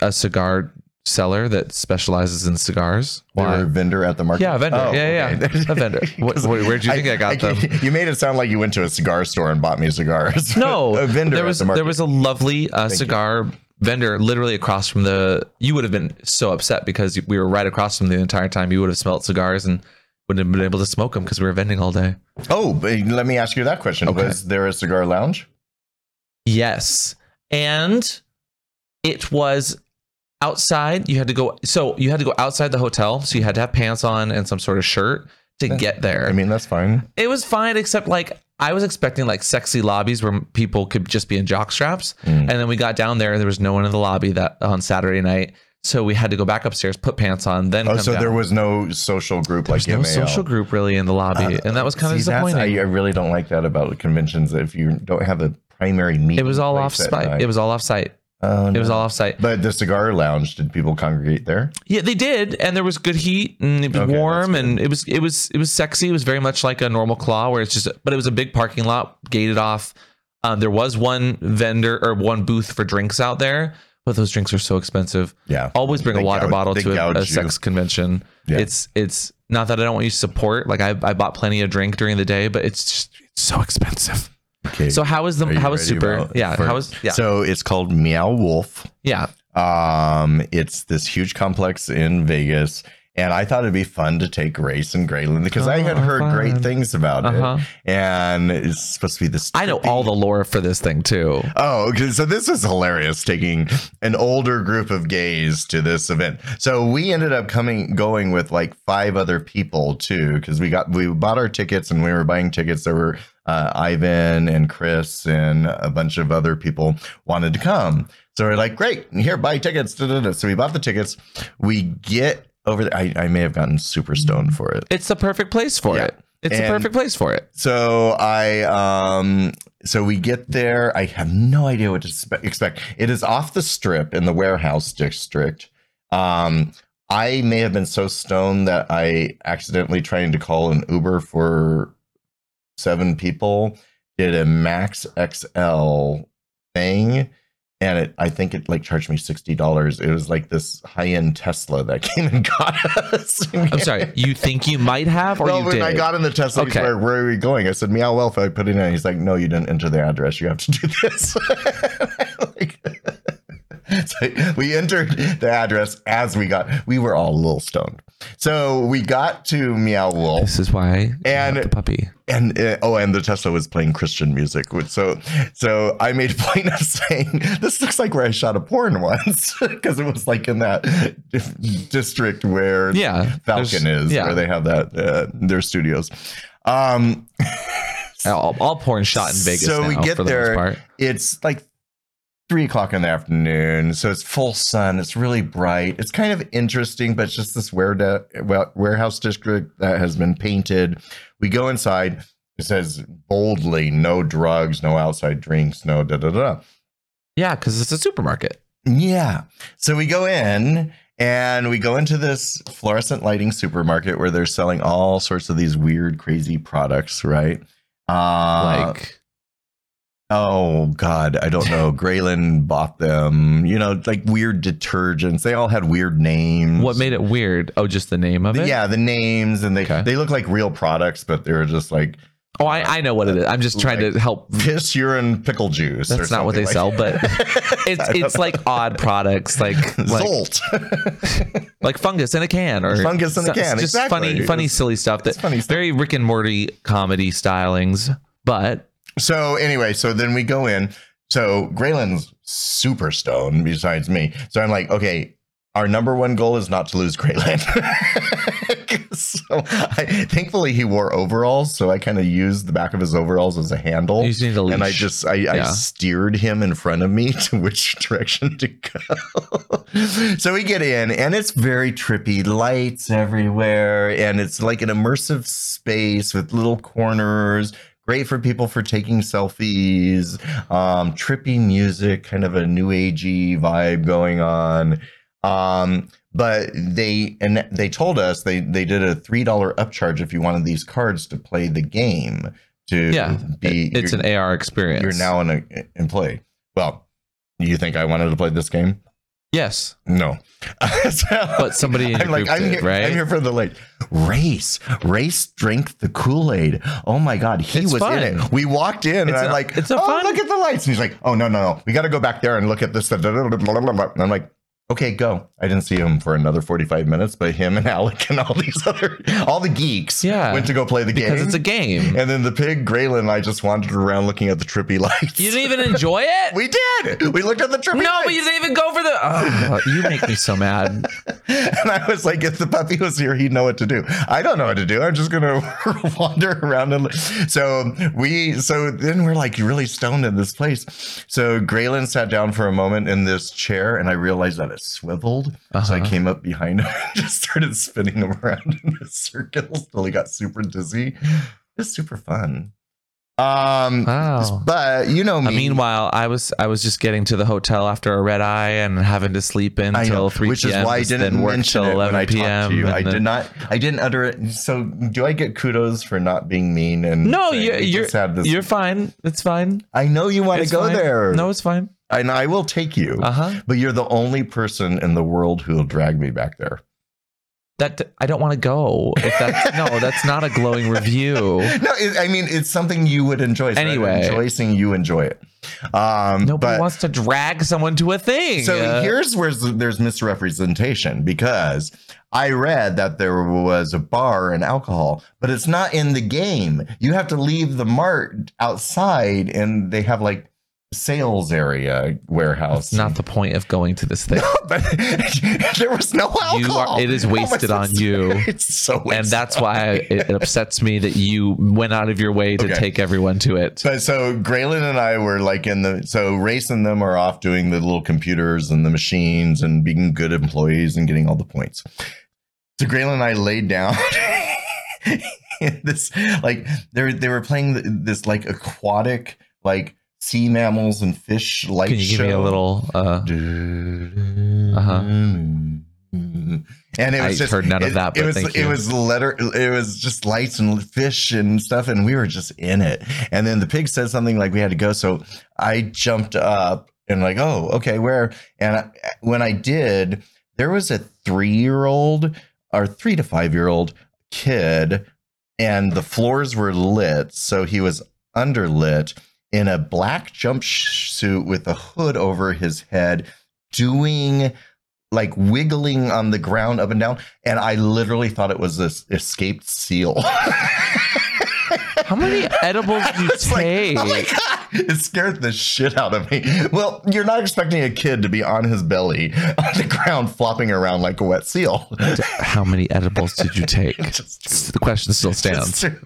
[SPEAKER 1] a cigar seller that specializes in cigars.
[SPEAKER 2] They were
[SPEAKER 1] Why?
[SPEAKER 2] a vendor at the market. Oh,
[SPEAKER 1] Yeah, a vendor. Yeah, yeah, yeah. A vendor. What- wait, where'd you think I got them?
[SPEAKER 2] You made it sound like you went to a cigar store and bought me cigars.
[SPEAKER 1] No,
[SPEAKER 2] a vendor
[SPEAKER 1] There was
[SPEAKER 2] at the market.
[SPEAKER 1] there was a lovely uh,
[SPEAKER 2] you.
[SPEAKER 1] cigar vendor literally across from the. You would have been so upset because we were right across from the entire time. You would have smelled cigars and wouldn't have been able to smoke them because we were vending all day.
[SPEAKER 2] oh, but let me ask you that question.
[SPEAKER 1] Okay.
[SPEAKER 2] Was there a cigar lounge?
[SPEAKER 1] Yes. And it was outside. You had to go so you had to go outside the hotel. So you had to have pants on and some sort of shirt to get there.
[SPEAKER 2] I mean, that's fine.
[SPEAKER 1] it was fine except like I was expecting like sexy lobbies where people could just be in jock straps.
[SPEAKER 2] Mm.
[SPEAKER 1] And then we got down there and there was no one in the lobby that on Saturday night. So we had to go back upstairs, put pants on, then
[SPEAKER 2] Oh,
[SPEAKER 1] come
[SPEAKER 2] so
[SPEAKER 1] down.
[SPEAKER 2] there was no social group like
[SPEAKER 1] no
[SPEAKER 2] MAL.
[SPEAKER 1] social group really in the lobby. and that was kind of
[SPEAKER 2] Uh, See, that's-
[SPEAKER 1] disappointing.
[SPEAKER 2] I, I really don't like that about conventions. If you don't have a primary meeting,
[SPEAKER 1] it was all off
[SPEAKER 2] place at
[SPEAKER 1] site.
[SPEAKER 2] night.
[SPEAKER 1] It was all off site.
[SPEAKER 2] Oh,
[SPEAKER 1] It was
[SPEAKER 2] no.
[SPEAKER 1] all off site.
[SPEAKER 2] But the cigar lounge, did people congregate there?
[SPEAKER 1] Yeah, they did, and there was good heat, and it was
[SPEAKER 2] Okay,
[SPEAKER 1] warm,
[SPEAKER 2] that's good.
[SPEAKER 1] and it was it was it was sexy. It was very much like a normal claw, where it's just, but it was a big parking lot, gated off. Um, there was one vendor or one booth for drinks out there, but those drinks are so expensive.
[SPEAKER 2] Yeah.
[SPEAKER 1] Always bring
[SPEAKER 2] They
[SPEAKER 1] a water
[SPEAKER 2] gouge-
[SPEAKER 1] bottle
[SPEAKER 2] they
[SPEAKER 1] to a,
[SPEAKER 2] gouge
[SPEAKER 1] a
[SPEAKER 2] you.
[SPEAKER 1] sex convention.
[SPEAKER 2] Yeah.
[SPEAKER 1] It's it's not that I don't want you to support. Like I I bought plenty of drink during the day, but it's just it's so expensive.
[SPEAKER 2] Okay.
[SPEAKER 1] So how is the
[SPEAKER 2] Are you
[SPEAKER 1] how is
[SPEAKER 2] ready
[SPEAKER 1] super?
[SPEAKER 2] about-
[SPEAKER 1] yeah,
[SPEAKER 2] for-
[SPEAKER 1] how is yeah
[SPEAKER 2] So it's called Meow Wolf.
[SPEAKER 1] yeah?
[SPEAKER 2] Um, it's this huge complex in Vegas. And I thought it'd be fun to take Grace and Graylin because I
[SPEAKER 1] Oh,
[SPEAKER 2] had heard great
[SPEAKER 1] fun.
[SPEAKER 2] things about
[SPEAKER 1] Uh-huh.
[SPEAKER 2] it. And it's supposed to be this.
[SPEAKER 1] I know all
[SPEAKER 2] trippy-
[SPEAKER 1] the lore for this thing too.
[SPEAKER 2] Oh, okay. So this is hilarious taking an older group of gays to this event. So we ended up coming going with like five other people too, because we got we bought our tickets and we were buying tickets. There were uh, Ivan and Chris and a bunch of other people wanted to come. So we're like, great, here, buy tickets. da, da, da. So we bought the tickets. We get over there. I, I may have gotten super stoned for it.
[SPEAKER 1] It's the perfect place for
[SPEAKER 2] Yeah.
[SPEAKER 1] it. It's the
[SPEAKER 2] And-
[SPEAKER 1] perfect place for it.
[SPEAKER 2] So I um so we get there. I have no idea what to spe- expect. It is off the strip in the warehouse district. Um I may have been so stoned that I accidentally trying to call an Uber for seven people did a max XL thing and it I think it like charged me $60. It was like this high-end Tesla that came and got us.
[SPEAKER 1] I'm sorry. You think you might have, or
[SPEAKER 2] no,
[SPEAKER 1] you
[SPEAKER 2] when
[SPEAKER 1] did?
[SPEAKER 2] I got in the Tesla, he's
[SPEAKER 1] Okay.
[SPEAKER 2] like, where are we going? I said, meow welfare. I put it in. He's like, no, you didn't enter the address. You have to do this. Like- so we entered the address as we got. We were all a little stoned. So we got to Meow Wolf
[SPEAKER 1] this is why. you have
[SPEAKER 2] And-
[SPEAKER 1] the puppy.
[SPEAKER 2] and uh, oh, and the Tesla was playing Christian music. which- So, so I made a point of saying this looks like where I shot a porn once because it was like in that dif- district where
[SPEAKER 1] Yeah.
[SPEAKER 2] Falcon
[SPEAKER 1] there's-
[SPEAKER 2] is,
[SPEAKER 1] Yeah.
[SPEAKER 2] where they have that uh, their studios. Um,
[SPEAKER 1] all, all porn shot in Vegas.
[SPEAKER 2] So we
[SPEAKER 1] now,
[SPEAKER 2] get
[SPEAKER 1] for the most
[SPEAKER 2] there,
[SPEAKER 1] part.
[SPEAKER 2] it's like three o'clock in the afternoon, so it's full sun. It's really bright. It's kind of interesting, but it's just this ware- wa- warehouse district that has been painted. We go inside. It says boldly, no drugs, no outside drinks, no da da da.
[SPEAKER 1] Yeah, because it's a supermarket.
[SPEAKER 2] Yeah. So we go in And we go into this fluorescent lighting supermarket where they're selling all sorts of these weird, crazy products, right? Uh,
[SPEAKER 1] like
[SPEAKER 2] Oh God, I don't know. Graylin bought them. You know, like weird detergents. They all had weird names.
[SPEAKER 1] what made it weird? Oh, just the name of it.
[SPEAKER 2] Yeah, the names and they
[SPEAKER 1] Okay.
[SPEAKER 2] they look like real products, but they're just like
[SPEAKER 1] Oh, I, I know what it is. I'm just trying to help.
[SPEAKER 2] piss urine pickle juice. or
[SPEAKER 1] That's not what they sell,
[SPEAKER 2] something
[SPEAKER 1] but
[SPEAKER 2] like that.
[SPEAKER 1] it's it's like odd products, like like,
[SPEAKER 2] Zolt.
[SPEAKER 1] like fungus in a can or
[SPEAKER 2] Fungus in a
[SPEAKER 1] so-
[SPEAKER 2] can,
[SPEAKER 1] Just
[SPEAKER 2] exactly.
[SPEAKER 1] funny, funny,
[SPEAKER 2] It's-
[SPEAKER 1] silly stuff. That
[SPEAKER 2] it's funny stuff.
[SPEAKER 1] very Rick and Morty comedy stylings, but
[SPEAKER 2] So anyway, so then we go in. So Graylin's super stoned besides me. So I'm like, okay, our number one goal is not to lose Graylin. so I, thankfully he wore overalls, so I kind of used the back of his overalls as a handle.
[SPEAKER 1] you just need a leash.
[SPEAKER 2] And I just I, I
[SPEAKER 1] Yeah.
[SPEAKER 2] steered him in front of me to which direction to go. so we get in, and it's very trippy, lights everywhere, and it's like an immersive space with little corners. Great for people for taking selfies. Um, trippy music, kind of a new agey vibe going on. Um, but they and they told us they they did a three dollar upcharge if you wanted these cards to play the game. To
[SPEAKER 1] yeah,
[SPEAKER 2] be
[SPEAKER 1] it- it's
[SPEAKER 2] your-
[SPEAKER 1] an AR experience.
[SPEAKER 2] you're now an uh, employee. Well, you think I wanted to play this game?
[SPEAKER 1] yes,
[SPEAKER 2] No. So,
[SPEAKER 1] but somebody in your
[SPEAKER 2] I'm like,
[SPEAKER 1] group
[SPEAKER 2] I'm
[SPEAKER 1] did,
[SPEAKER 2] here,
[SPEAKER 1] right?
[SPEAKER 2] I'm here for the late race. Race drank the Kool Aid. Oh my God, he
[SPEAKER 1] It's
[SPEAKER 2] was
[SPEAKER 1] fun.
[SPEAKER 2] in it. We walked in, and
[SPEAKER 1] It's
[SPEAKER 2] I'm
[SPEAKER 1] a-
[SPEAKER 2] like,
[SPEAKER 1] it's a
[SPEAKER 2] oh,
[SPEAKER 1] fun-
[SPEAKER 2] look at the lights. And he's like, oh no, no, no, we got to go back there and look at this. And I'm like. Okay, go. I didn't see him for another 45 minutes, but him and Alec and all these other, all the geeks
[SPEAKER 1] Yeah.
[SPEAKER 2] went to go play the game.
[SPEAKER 1] because it's a game.
[SPEAKER 2] and then the pig, Graylin, and I just wandered around looking at the trippy lights.
[SPEAKER 1] You didn't even enjoy it.
[SPEAKER 2] We did. We looked at the trippy.
[SPEAKER 1] no, but you
[SPEAKER 2] lights.
[SPEAKER 1] didn't even go for the. Oh, you make me so mad.
[SPEAKER 2] and I was like, if the puppy was here, he'd know what to do. I don't know what to do. I'm just gonna wander around and. look. So we. So then we're like really stoned in this place. So Graylin sat down for a moment in this chair, and I realized that it swiveled. So I
[SPEAKER 1] Uh-huh.
[SPEAKER 2] came up behind him and just started spinning him around in the circles till he got super dizzy. It's super fun. Um.
[SPEAKER 1] Wow.
[SPEAKER 2] But you know me.
[SPEAKER 1] Meanwhile, I was I was just getting to the hotel after a red eye and having to sleep in
[SPEAKER 2] I know,
[SPEAKER 1] until three
[SPEAKER 2] which
[SPEAKER 1] p.m.
[SPEAKER 2] is why I
[SPEAKER 1] just then
[SPEAKER 2] didn't
[SPEAKER 1] work
[SPEAKER 2] mention
[SPEAKER 1] till
[SPEAKER 2] it when I
[SPEAKER 1] p.m.
[SPEAKER 2] talked to you.
[SPEAKER 1] and
[SPEAKER 2] I did
[SPEAKER 1] then-
[SPEAKER 2] not. I didn't utter it. So, do I get kudos for not being mean and?
[SPEAKER 1] No,
[SPEAKER 2] saying,
[SPEAKER 1] you're
[SPEAKER 2] "We
[SPEAKER 1] you're
[SPEAKER 2] just had this-
[SPEAKER 1] you're fine. It's fine.
[SPEAKER 2] I know you want
[SPEAKER 1] It's
[SPEAKER 2] to go
[SPEAKER 1] fine.
[SPEAKER 2] there.
[SPEAKER 1] No, it's fine.
[SPEAKER 2] and I will take you.
[SPEAKER 1] Uh huh.
[SPEAKER 2] but you're the only person in the world who will drag me back there.
[SPEAKER 1] That I don't want to go. If that's no, that's not a glowing review.
[SPEAKER 2] No, it, I mean it's something you would enjoy. So
[SPEAKER 1] Anyway.
[SPEAKER 2] I'm enjoying you enjoy it. Um,
[SPEAKER 1] Nobody
[SPEAKER 2] but-
[SPEAKER 1] wants to drag someone to a thing.
[SPEAKER 2] So
[SPEAKER 1] Uh,
[SPEAKER 2] here's where there's misrepresentation because I read that there was a bar and alcohol, but it's not in the game. You have to leave the mart outside, and they have like sales area warehouse.
[SPEAKER 1] it's not the point of going to this thing.
[SPEAKER 2] but there was no alcohol.
[SPEAKER 1] You are. It is
[SPEAKER 2] How am I
[SPEAKER 1] wasted on
[SPEAKER 2] supposed to-
[SPEAKER 1] you.
[SPEAKER 2] It's so wasted.
[SPEAKER 1] And that's why it, it upsets me that you went out of your way to
[SPEAKER 2] Okay.
[SPEAKER 1] take everyone to it.
[SPEAKER 2] But so Graylin and I were like in the so Race and them are off doing the little computers and the machines and being good employees and getting all the points. So Graylin and I laid down in this like they were they were playing th- this like aquatic like sea mammals and fish light
[SPEAKER 1] Can you give
[SPEAKER 2] show.
[SPEAKER 1] me a little? Uh,
[SPEAKER 2] Uh-huh.
[SPEAKER 1] Uh-huh.
[SPEAKER 2] And it
[SPEAKER 1] I
[SPEAKER 2] was just
[SPEAKER 1] heard none of
[SPEAKER 2] it-
[SPEAKER 1] that,
[SPEAKER 2] It
[SPEAKER 1] but
[SPEAKER 2] was
[SPEAKER 1] thank
[SPEAKER 2] it
[SPEAKER 1] you.
[SPEAKER 2] was letter. It was just lights and fish and stuff, and we were just in it. And then the pig said something like we had to go, so I jumped up and like, oh, okay, where? And I, when I did, there was a three year old or three to five year old kid, and the floors were lit, so he was underlit in a black jumpsuit with a hood over his head, doing like wiggling on the ground up and down. And I literally thought it was this escaped seal.
[SPEAKER 1] how many edibles do you
[SPEAKER 2] It's like,
[SPEAKER 1] take?
[SPEAKER 2] oh my god, it scared the shit out of me. Well, you're not expecting a kid to be on his belly on the ground flopping around like a wet seal.
[SPEAKER 1] How many edibles did you take?
[SPEAKER 2] Just-
[SPEAKER 1] the question still stands.
[SPEAKER 2] Just-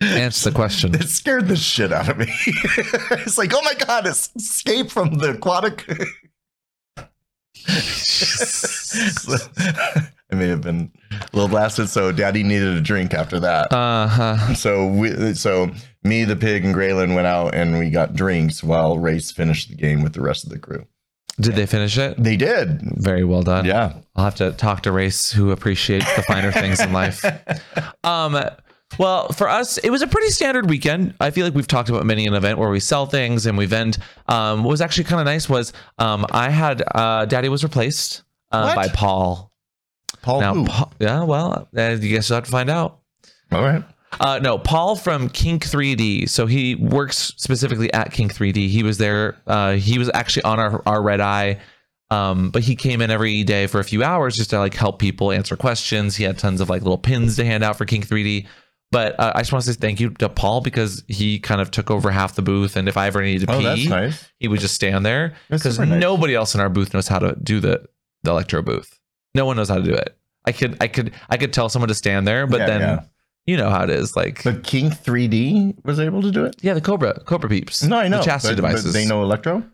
[SPEAKER 1] Answer the question.
[SPEAKER 2] It scared the shit out of me. it's like, oh my god, it's escape from the aquatic. I may have been a little blasted, so Daddy needed a drink after that.
[SPEAKER 1] Uh huh.
[SPEAKER 2] So we, so me, the pig, and Graylin went out and we got drinks while Race finished the game with the rest of the crew.
[SPEAKER 1] Did they finish it?
[SPEAKER 2] They did.
[SPEAKER 1] Very well done.
[SPEAKER 2] Yeah.
[SPEAKER 1] I'll have to talk to race who appreciates the finer things in life. Um, well, for us, it was a pretty standard weekend. I feel like we've talked about many an event where we sell things and we vend. Um, what was actually kind of nice was um, I had uh, Daddy was replaced uh,
[SPEAKER 2] What? Oh.
[SPEAKER 1] by Paul.
[SPEAKER 2] Paul
[SPEAKER 1] now,
[SPEAKER 2] who?
[SPEAKER 1] Paul, yeah, well, uh, you guys will have to find out.
[SPEAKER 2] All right.
[SPEAKER 1] Uh, no, Paul from Kink 3D. So he works specifically at Kink 3D. He was there. Uh, he was actually on our, our red eye, um, but he came in every day for a few hours just to like help people answer questions. He had tons of like little pins to hand out for Kink 3D. But uh, I just want to say thank you to Paul because he kind of took over half the booth. And if I ever needed to
[SPEAKER 2] Oh,
[SPEAKER 1] pee,
[SPEAKER 2] that's nice.
[SPEAKER 1] he would just stand there
[SPEAKER 2] That's
[SPEAKER 1] because
[SPEAKER 2] super nice.
[SPEAKER 1] nobody else in our booth knows how to do the the electro booth. No one knows how to do it. I could I could I could tell someone to stand there, but
[SPEAKER 2] Yeah,
[SPEAKER 1] then
[SPEAKER 2] yeah.
[SPEAKER 1] you know how it is. Like
[SPEAKER 2] But King 3D was able to do it.
[SPEAKER 1] yeah, the Cobra Cobra peeps.
[SPEAKER 2] No, I know.
[SPEAKER 1] the chastity
[SPEAKER 2] but- but
[SPEAKER 1] devices.
[SPEAKER 2] they know electro.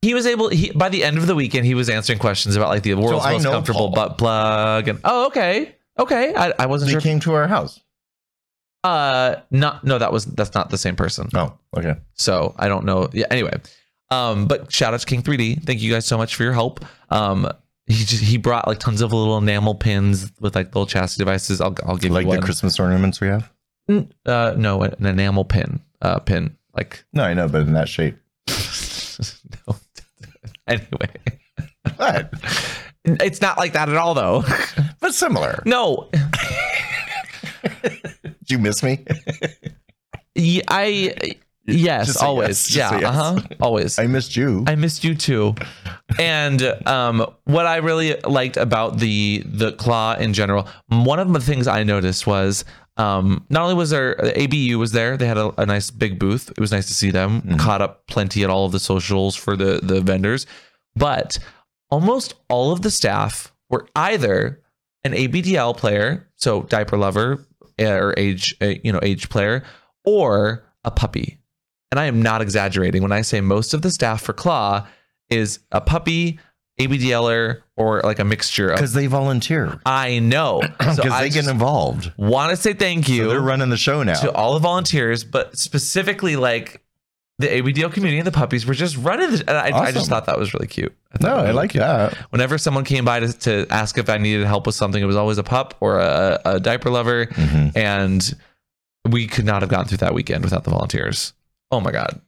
[SPEAKER 1] He was able. He by the end of the weekend, he was answering questions about like the world's
[SPEAKER 2] I
[SPEAKER 1] most
[SPEAKER 2] know
[SPEAKER 1] comfortable
[SPEAKER 2] Paul.
[SPEAKER 1] butt plug. And oh, okay, okay. I, I wasn't
[SPEAKER 2] They
[SPEAKER 1] sure.
[SPEAKER 2] came to our house.
[SPEAKER 1] uh, not no, that was that's not the same person.
[SPEAKER 2] Oh, okay.
[SPEAKER 1] So I don't know. Yeah. Anyway, um, but shout out to King 3D. Thank you guys so much for your help. Um, he just he brought like tons of little enamel pins with like little chastity devices. I'll I'll give
[SPEAKER 2] Like
[SPEAKER 1] you one.
[SPEAKER 2] the Christmas ornaments we have.
[SPEAKER 1] uh, no, an enamel pin. Uh, pin like
[SPEAKER 2] No, I know, but in that shape.
[SPEAKER 1] no. anyway,
[SPEAKER 2] But,
[SPEAKER 1] it's not like that at all though.
[SPEAKER 2] but similar.
[SPEAKER 1] no,
[SPEAKER 2] Did you miss me?
[SPEAKER 1] Y- I yes,
[SPEAKER 2] Just say yes.
[SPEAKER 1] always.
[SPEAKER 2] Just
[SPEAKER 1] yeah,
[SPEAKER 2] say yes.
[SPEAKER 1] uh huh, always.
[SPEAKER 2] I missed you.
[SPEAKER 1] I missed you too. And um, what I really liked about the the claw in general, one of the things I noticed was um, not only was there ABU was there, they had a, a nice big booth. It was nice to see them. Caught up plenty at all of the socials for the the vendors, but almost all of the staff were either an ABDL player, so diaper lover eh, or age eh, you know age player, or a puppy and I am not exaggerating when I say most of the staff for Claw is a puppy, ABDLer, er, or like a mixture of.
[SPEAKER 2] Because they volunteer.
[SPEAKER 1] I know.
[SPEAKER 2] Because
[SPEAKER 1] So
[SPEAKER 2] they
[SPEAKER 1] I
[SPEAKER 2] get involved.
[SPEAKER 1] want to say thank you
[SPEAKER 2] So they're running the show now.
[SPEAKER 1] to all the volunteers, but specifically like the ABDL community and the puppies were just running. The, and I, I
[SPEAKER 2] Awesome.
[SPEAKER 1] just thought that was really cute. thought
[SPEAKER 2] no,
[SPEAKER 1] that was
[SPEAKER 2] I
[SPEAKER 1] really
[SPEAKER 2] like
[SPEAKER 1] cute.
[SPEAKER 2] that.
[SPEAKER 1] Whenever someone came by to, to ask if I needed help with something, it was always a pup or a, a diaper lover.
[SPEAKER 2] Mhm.
[SPEAKER 1] And we could not have gotten through that weekend without the volunteers. Oh my God.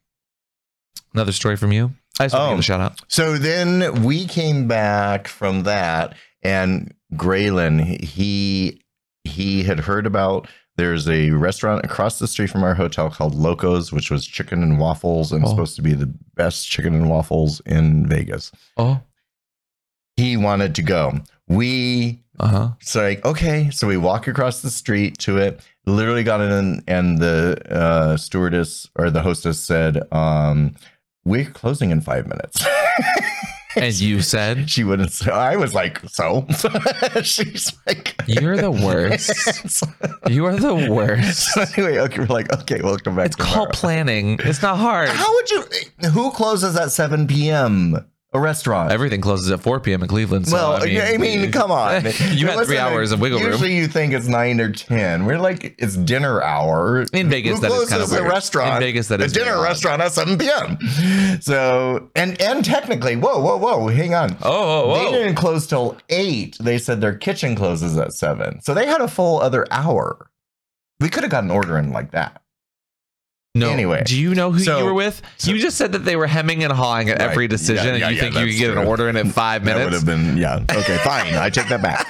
[SPEAKER 1] Another story from you. I just want to
[SPEAKER 2] Oh.
[SPEAKER 1] give a shout out.
[SPEAKER 2] So then we came back from that, and Graylin, he he had heard about there's a restaurant across the street from our hotel called Locos, which was chicken and waffles, and
[SPEAKER 1] Oh.
[SPEAKER 2] supposed to be the best chicken and waffles in Vegas.
[SPEAKER 1] Oh,
[SPEAKER 2] He wanted to go. We
[SPEAKER 1] uh huh.
[SPEAKER 2] so like okay, so we walk across the street to it. Literally got in, and the uh, stewardess or the hostess said, um, "We're closing in five minutes."
[SPEAKER 1] And you said,
[SPEAKER 2] she wouldn't say i was like so she's like
[SPEAKER 1] You're the worst.
[SPEAKER 2] so
[SPEAKER 1] You are the worst.
[SPEAKER 2] anyway okay we're like okay we'll come back
[SPEAKER 1] It's called
[SPEAKER 2] tomorrow.
[SPEAKER 1] planning. It's not hard.
[SPEAKER 2] how would you who closes at 7 p.m a restaurant
[SPEAKER 1] Everything closes at 4 p.m. in Cleveland. So,
[SPEAKER 2] well,
[SPEAKER 1] I mean,
[SPEAKER 2] come on.
[SPEAKER 1] you had three
[SPEAKER 2] Listen,
[SPEAKER 1] hours of wiggle room.
[SPEAKER 2] Usually, you think it's nine or ten. We're like, it's dinner hour.
[SPEAKER 1] In Vegas,
[SPEAKER 2] Who
[SPEAKER 1] that is
[SPEAKER 2] closes
[SPEAKER 1] kind of weird.
[SPEAKER 2] a restaurant.
[SPEAKER 1] In Vegas, that
[SPEAKER 2] a
[SPEAKER 1] is
[SPEAKER 2] dinner
[SPEAKER 1] weird.
[SPEAKER 2] restaurant at seven p.m. So, and and technically, whoa, whoa, whoa, hang on.
[SPEAKER 1] Oh,
[SPEAKER 2] They
[SPEAKER 1] oh,
[SPEAKER 2] didn't close till eight. They said their kitchen closes at seven. So they had a full other hour. We could have gotten ordering like that.
[SPEAKER 1] No.
[SPEAKER 2] Anyway.
[SPEAKER 1] do you know who
[SPEAKER 2] So-
[SPEAKER 1] you were with?
[SPEAKER 2] so-
[SPEAKER 1] you just said that they were hemming and hawing at
[SPEAKER 2] Right.
[SPEAKER 1] every decision,
[SPEAKER 2] Yeah, yeah,
[SPEAKER 1] and you
[SPEAKER 2] yeah,
[SPEAKER 1] think you
[SPEAKER 2] that's
[SPEAKER 1] could get an
[SPEAKER 2] true.
[SPEAKER 1] order in in five
[SPEAKER 2] That would
[SPEAKER 1] minutes.
[SPEAKER 2] have been, yeah. Okay, fine. I take that back.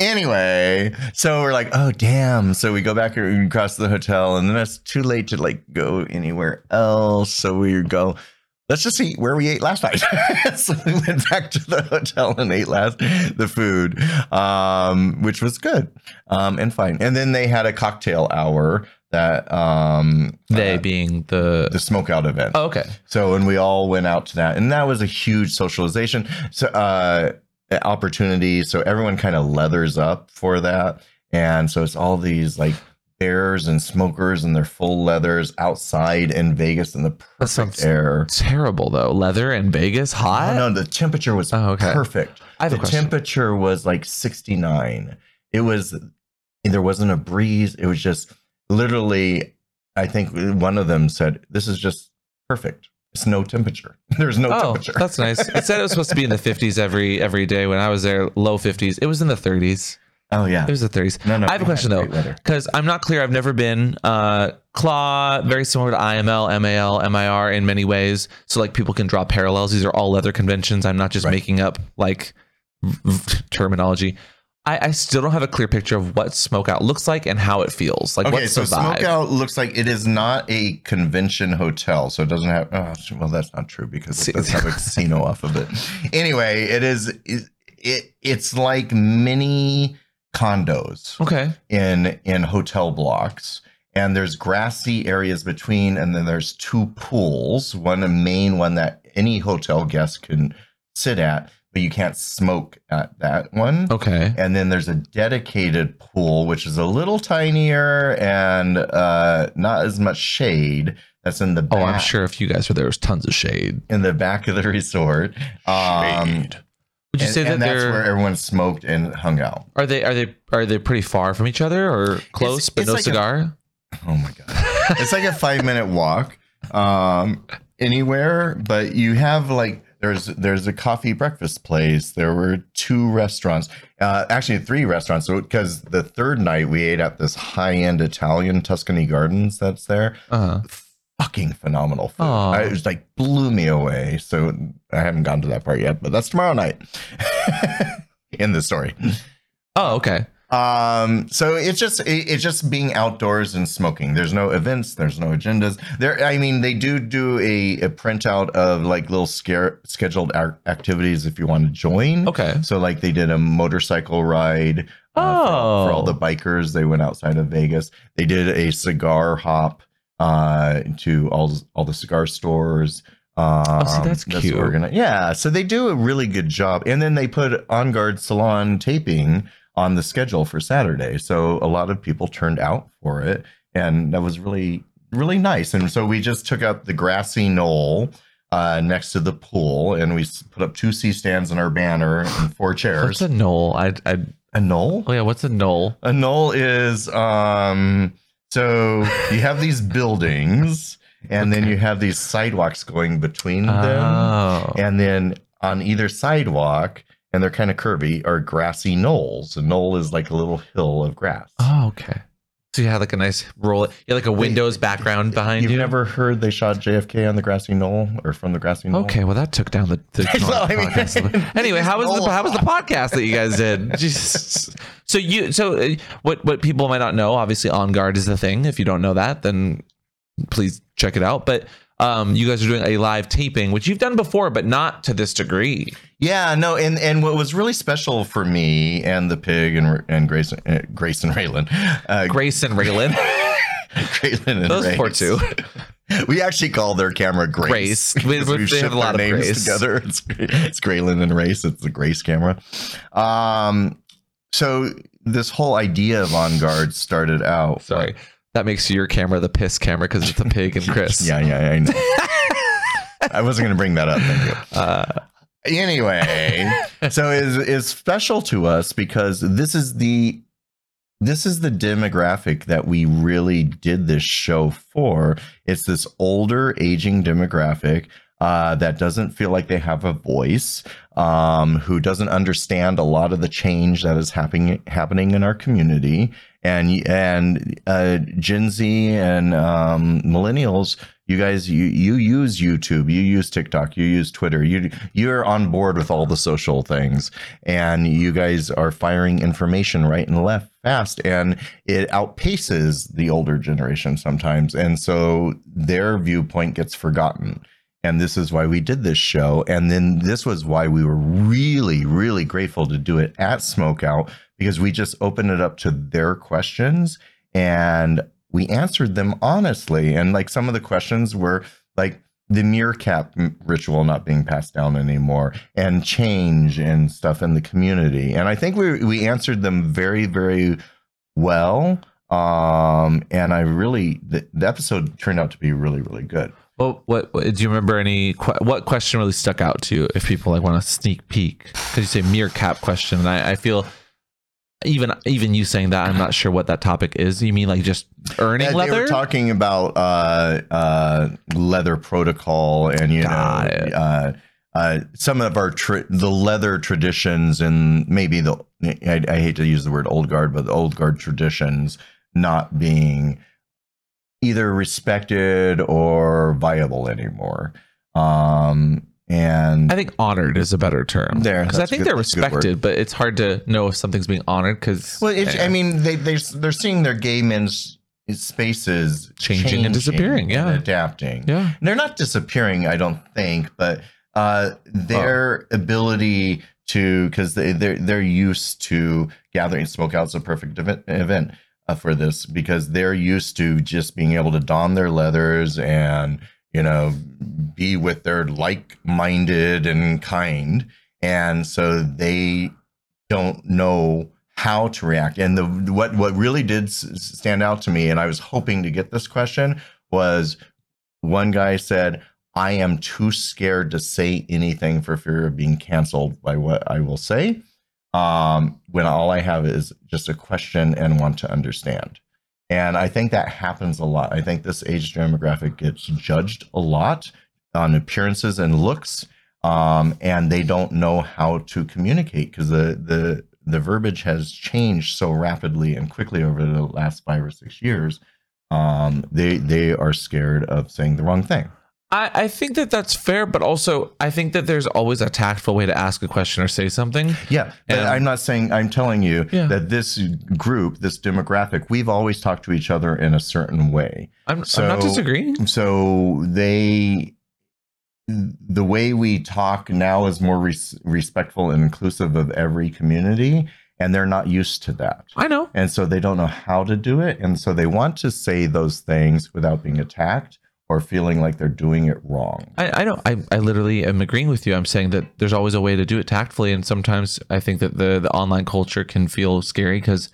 [SPEAKER 2] Anyway, so we're like, oh, damn. So we go back across the hotel, and then it's too late to like go anywhere else. So we go, let's just eat where we ate last night. so we went back to the hotel and ate last the food, um, which was good um, and fine. And then they had a cocktail hour that um,
[SPEAKER 1] they
[SPEAKER 2] uh,
[SPEAKER 1] being the.
[SPEAKER 2] the smoke out event.
[SPEAKER 1] oh, okay.
[SPEAKER 2] So, and we all went out to that, and that was a huge socialization so, uh, opportunity. So everyone kind of leathers up for that, and so it's all these like bears and smokers and their full leathers outside in Vegas in the
[SPEAKER 1] That
[SPEAKER 2] perfect
[SPEAKER 1] sounds
[SPEAKER 2] air.
[SPEAKER 1] terrible though. Leather in Vegas, hot.
[SPEAKER 2] Oh no, the temperature was
[SPEAKER 1] Oh, okay.
[SPEAKER 2] perfect.
[SPEAKER 1] I have a
[SPEAKER 2] The
[SPEAKER 1] question.
[SPEAKER 2] temperature was like sixty nine. It was there wasn't a breeze. It was just literally. I think one of them said, "This is just perfect." It's no temperature. There's no
[SPEAKER 1] Oh,
[SPEAKER 2] temperature.
[SPEAKER 1] that's nice. It said it was supposed to be in the 50s every every day. When I was there, low 50s. It was in the 30s.
[SPEAKER 2] Oh yeah.
[SPEAKER 1] It was the 30s.
[SPEAKER 2] No, no,
[SPEAKER 1] I have a
[SPEAKER 2] we had
[SPEAKER 1] question though,
[SPEAKER 2] great weather.
[SPEAKER 1] because I'm not clear. I've never been. Uh, Claw very similar to IML, MAL, MIR in many ways. So like people can draw parallels. These are all leather conventions. I'm not just
[SPEAKER 2] Right.
[SPEAKER 1] making up like v- v- terminology. I, I still don't have a clear picture of what smokeout looks like and how it feels. Like
[SPEAKER 2] Okay,
[SPEAKER 1] what's
[SPEAKER 2] so
[SPEAKER 1] the vibe?
[SPEAKER 2] Smokeout looks like it is not a convention hotel, so it doesn't have. Oh, well, that's not true because
[SPEAKER 1] See-
[SPEAKER 2] it does have a casino off of it. Anyway, it is it, it it's like mini condos
[SPEAKER 1] Okay.
[SPEAKER 2] in in hotel blocks, and there's grassy areas between, and then there's two pools, one a main one that any hotel guest can sit at, but you can't smoke at that one.
[SPEAKER 1] Okay.
[SPEAKER 2] And then there's a dedicated pool, which is a little tinier and uh, not as much shade. That's in the
[SPEAKER 1] Oh,
[SPEAKER 2] back,
[SPEAKER 1] I'm sure if you guys were there, there was tons of shade.
[SPEAKER 2] in the back of the resort. Um,
[SPEAKER 4] Shade.
[SPEAKER 1] Would you
[SPEAKER 2] and,
[SPEAKER 1] say that
[SPEAKER 2] and that's
[SPEAKER 1] they're
[SPEAKER 2] where everyone smoked and hung out.
[SPEAKER 1] Are they are they are they pretty far from each other or close but
[SPEAKER 2] it's
[SPEAKER 1] no
[SPEAKER 2] like a-
[SPEAKER 1] cigar?
[SPEAKER 2] Oh my god, it's like a five minute walk um, anywhere, but you have like there's there's a coffee breakfast place. There were two restaurants, uh, actually three restaurants. So because the third night we ate at this high end Italian Tuscany Gardens that's there.
[SPEAKER 1] uh-huh.
[SPEAKER 2] Fucking phenomenal food.
[SPEAKER 1] Aw.
[SPEAKER 2] I, it was like blew me away. So I haven't gone to that part yet, but that's tomorrow night. In the story.
[SPEAKER 1] Oh, okay.
[SPEAKER 2] Um, so it's just it, it's just being outdoors and smoking. There's no events, there's no agendas. There, I mean, they do do a, a printout of like little scare, scheduled ac- activities if you want to join.
[SPEAKER 1] Okay.
[SPEAKER 2] So like they did a motorcycle ride uh, for- for, all
[SPEAKER 1] Oh.
[SPEAKER 2] the bikers. They went outside of Vegas. They did a cigar hop uh, to all all the cigar stores. Um,
[SPEAKER 1] Oh, see, that's cute.
[SPEAKER 2] organi- yeah, so they do a really good job, and then they put on guard salon taping on the schedule for Saturday. So a lot of people turned out for it, and that was really really nice. And so we just took up the grassy knoll uh, next to the pool, and we s- put up two C stands and our banner and four chairs.
[SPEAKER 1] What's a knoll? I I
[SPEAKER 2] a knoll?
[SPEAKER 1] oh yeah, what's a knoll?
[SPEAKER 2] A knoll is um so you have these buildings and then you have these sidewalks going between them
[SPEAKER 1] Oh.
[SPEAKER 2] and then on either sidewalk and they're kind of curvy are grassy knolls. A knoll is like a little hill of grass.
[SPEAKER 1] oh, okay. So you had like a nice roll you had like a Windows background behind
[SPEAKER 2] You've
[SPEAKER 1] you.
[SPEAKER 2] never heard they shot JFK on the grassy knoll or from the grassy knoll?
[SPEAKER 1] Okay, well that took down the, the
[SPEAKER 2] So, I mean-
[SPEAKER 1] podcast. anyway. How was the how was the podcast that you guys did? Just, so you so uh, what what people might not know. Obviously, on guard is the thing. If you don't know that, then please check it out. But um, you guys are doing a live taping, which you've done before, but not to this degree.
[SPEAKER 2] Yeah, no, and and what was really special for me and the pig and and Grayson uh, Grayson Raylan, uh,
[SPEAKER 1] Grace and Raylan,
[SPEAKER 2] Grayson and
[SPEAKER 1] those poor
[SPEAKER 2] Race.
[SPEAKER 1] two.
[SPEAKER 2] We actually call their camera Grace.
[SPEAKER 1] Grace. We-
[SPEAKER 2] because
[SPEAKER 1] we-
[SPEAKER 2] we've
[SPEAKER 1] they have
[SPEAKER 2] shipped
[SPEAKER 1] a lot
[SPEAKER 2] their
[SPEAKER 1] of
[SPEAKER 2] names
[SPEAKER 1] Grace.
[SPEAKER 2] together. It's, it's Graylin and Race. It's the Grace camera. Um, so this whole idea of on guard started out.
[SPEAKER 1] Sorry, that makes your camera the piss camera because it's a pig and Chris.
[SPEAKER 2] Yeah, yeah, I know. I wasn't going to bring that up. Thank you.
[SPEAKER 1] Uh,
[SPEAKER 2] anyway so is is special to us because this is the this is the demographic that we really did this show for it's this older aging demographic uh, that doesn't feel like they have a voice um, who doesn't understand a lot of the change that is happening happening in our community and and uh, Gen Z and um, millennials you guys you you use youtube you use tiktok you use twitter you you're on board with all the social things and you guys are firing information right and left fast and it outpaces the older generation sometimes and so their viewpoint gets forgotten and this is why we did this show and then this was why we were really really grateful to do it at smokeout because we just opened it up to their questions and we answered them honestly. And like some of the questions were like the meerkat m- ritual not being passed down anymore and change and stuff in the community. And I think we we answered them very very well. Um, and I really the, the episode turned out to be really really good.
[SPEAKER 1] well, what, what do you remember? Any que- what question really stuck out to you? If people like want a sneak peek, because you say meerkat question, and I, I feel even even you saying that, I'm not sure what that topic is. You mean like just earning
[SPEAKER 2] Yeah, They
[SPEAKER 1] leather?
[SPEAKER 2] were talking about uh, uh, leather protocol and you
[SPEAKER 1] Got
[SPEAKER 2] know
[SPEAKER 1] it.
[SPEAKER 2] Uh, uh, some of our tra- the leather traditions and maybe the I, I hate to use the word old guard, but the old guard traditions not being either respected or viable anymore. Um, and
[SPEAKER 1] I think honored is a better term.
[SPEAKER 2] There,
[SPEAKER 1] because I
[SPEAKER 2] that's
[SPEAKER 1] think
[SPEAKER 2] a good-
[SPEAKER 1] they're
[SPEAKER 2] that's a good word.
[SPEAKER 1] respected, but it's hard to know if something's being honored because.
[SPEAKER 2] Well, it's, I mean, they they they're seeing their gay men's spaces
[SPEAKER 1] Changing and disappearing,
[SPEAKER 2] and
[SPEAKER 1] yeah.
[SPEAKER 2] adapting.
[SPEAKER 1] yeah,
[SPEAKER 2] They're not disappearing, I don't think, but uh, their ability to because they they're they're used to gathering smokeouts a perfect event, event uh, for this because they're used to just being able to don their leathers and you know be with their like-minded and kind and so they don't know how to react and the what what really did s- stand out to me and i was hoping to get this question was one guy said i am too scared to say anything for fear of being canceled by what i will say um when all i have is just a question and want to understand and i think that happens a lot i think this age demographic gets judged a lot on appearances and looks um, and they don't know how to communicate because the the the verbiage has changed so rapidly and quickly over the last five or six years. Um, they they are scared of saying the wrong thing.
[SPEAKER 1] I, I think that that's fair, but also I think that there's always a tactful way to ask a question or say something.
[SPEAKER 2] Yeah, but
[SPEAKER 1] And-
[SPEAKER 2] I'm not saying I'm telling you
[SPEAKER 1] Yeah.
[SPEAKER 2] that this group, this demographic, we've always talked to each other in a certain way.
[SPEAKER 1] I'm, I'm
[SPEAKER 2] So-
[SPEAKER 1] not disagreeing.
[SPEAKER 2] So they the way we talk now is more res- respectful and inclusive of every community, and they're not used to that.
[SPEAKER 1] I know.
[SPEAKER 2] And so they don't know how to do it. And so they want to say those things without being attacked or feeling like they're doing it wrong.
[SPEAKER 1] I, I know I, I literally am agreeing with you. I'm saying that there's always a way to do it tactfully, and sometimes I think that the the online culture can feel scary because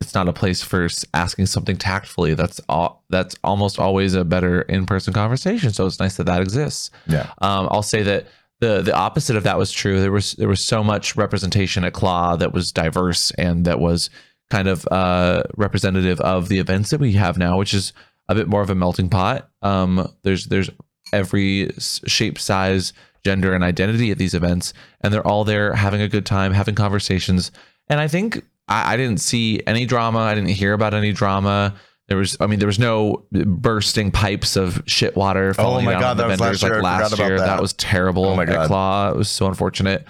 [SPEAKER 1] it's not a place for s- asking something tactfully. That's all. That's almost always a better in person conversation. So it's nice that that exists.
[SPEAKER 2] Yeah.
[SPEAKER 1] Um, I'll say that the the opposite of that was true. There was there was so much representation at Claw that was diverse and that was kind of uh, representative of the events that we have now, which is a bit more of a melting pot. Um, there's there's every s- shape, size, gender, and identity at these events, and they're all there having a good time, having conversations. And I think I, I didn't see any drama. I didn't hear about any drama. There was, I mean, there was no bursting pipes of shit water falling
[SPEAKER 2] Oh my
[SPEAKER 1] down
[SPEAKER 2] God,
[SPEAKER 1] on the
[SPEAKER 2] that was
[SPEAKER 1] vendors
[SPEAKER 2] last year.
[SPEAKER 1] like
[SPEAKER 2] I forgot
[SPEAKER 1] last
[SPEAKER 2] about
[SPEAKER 1] year.
[SPEAKER 2] that.
[SPEAKER 1] That was terrible.
[SPEAKER 2] Oh my
[SPEAKER 1] at
[SPEAKER 2] God.
[SPEAKER 1] Claw. It was so unfortunate.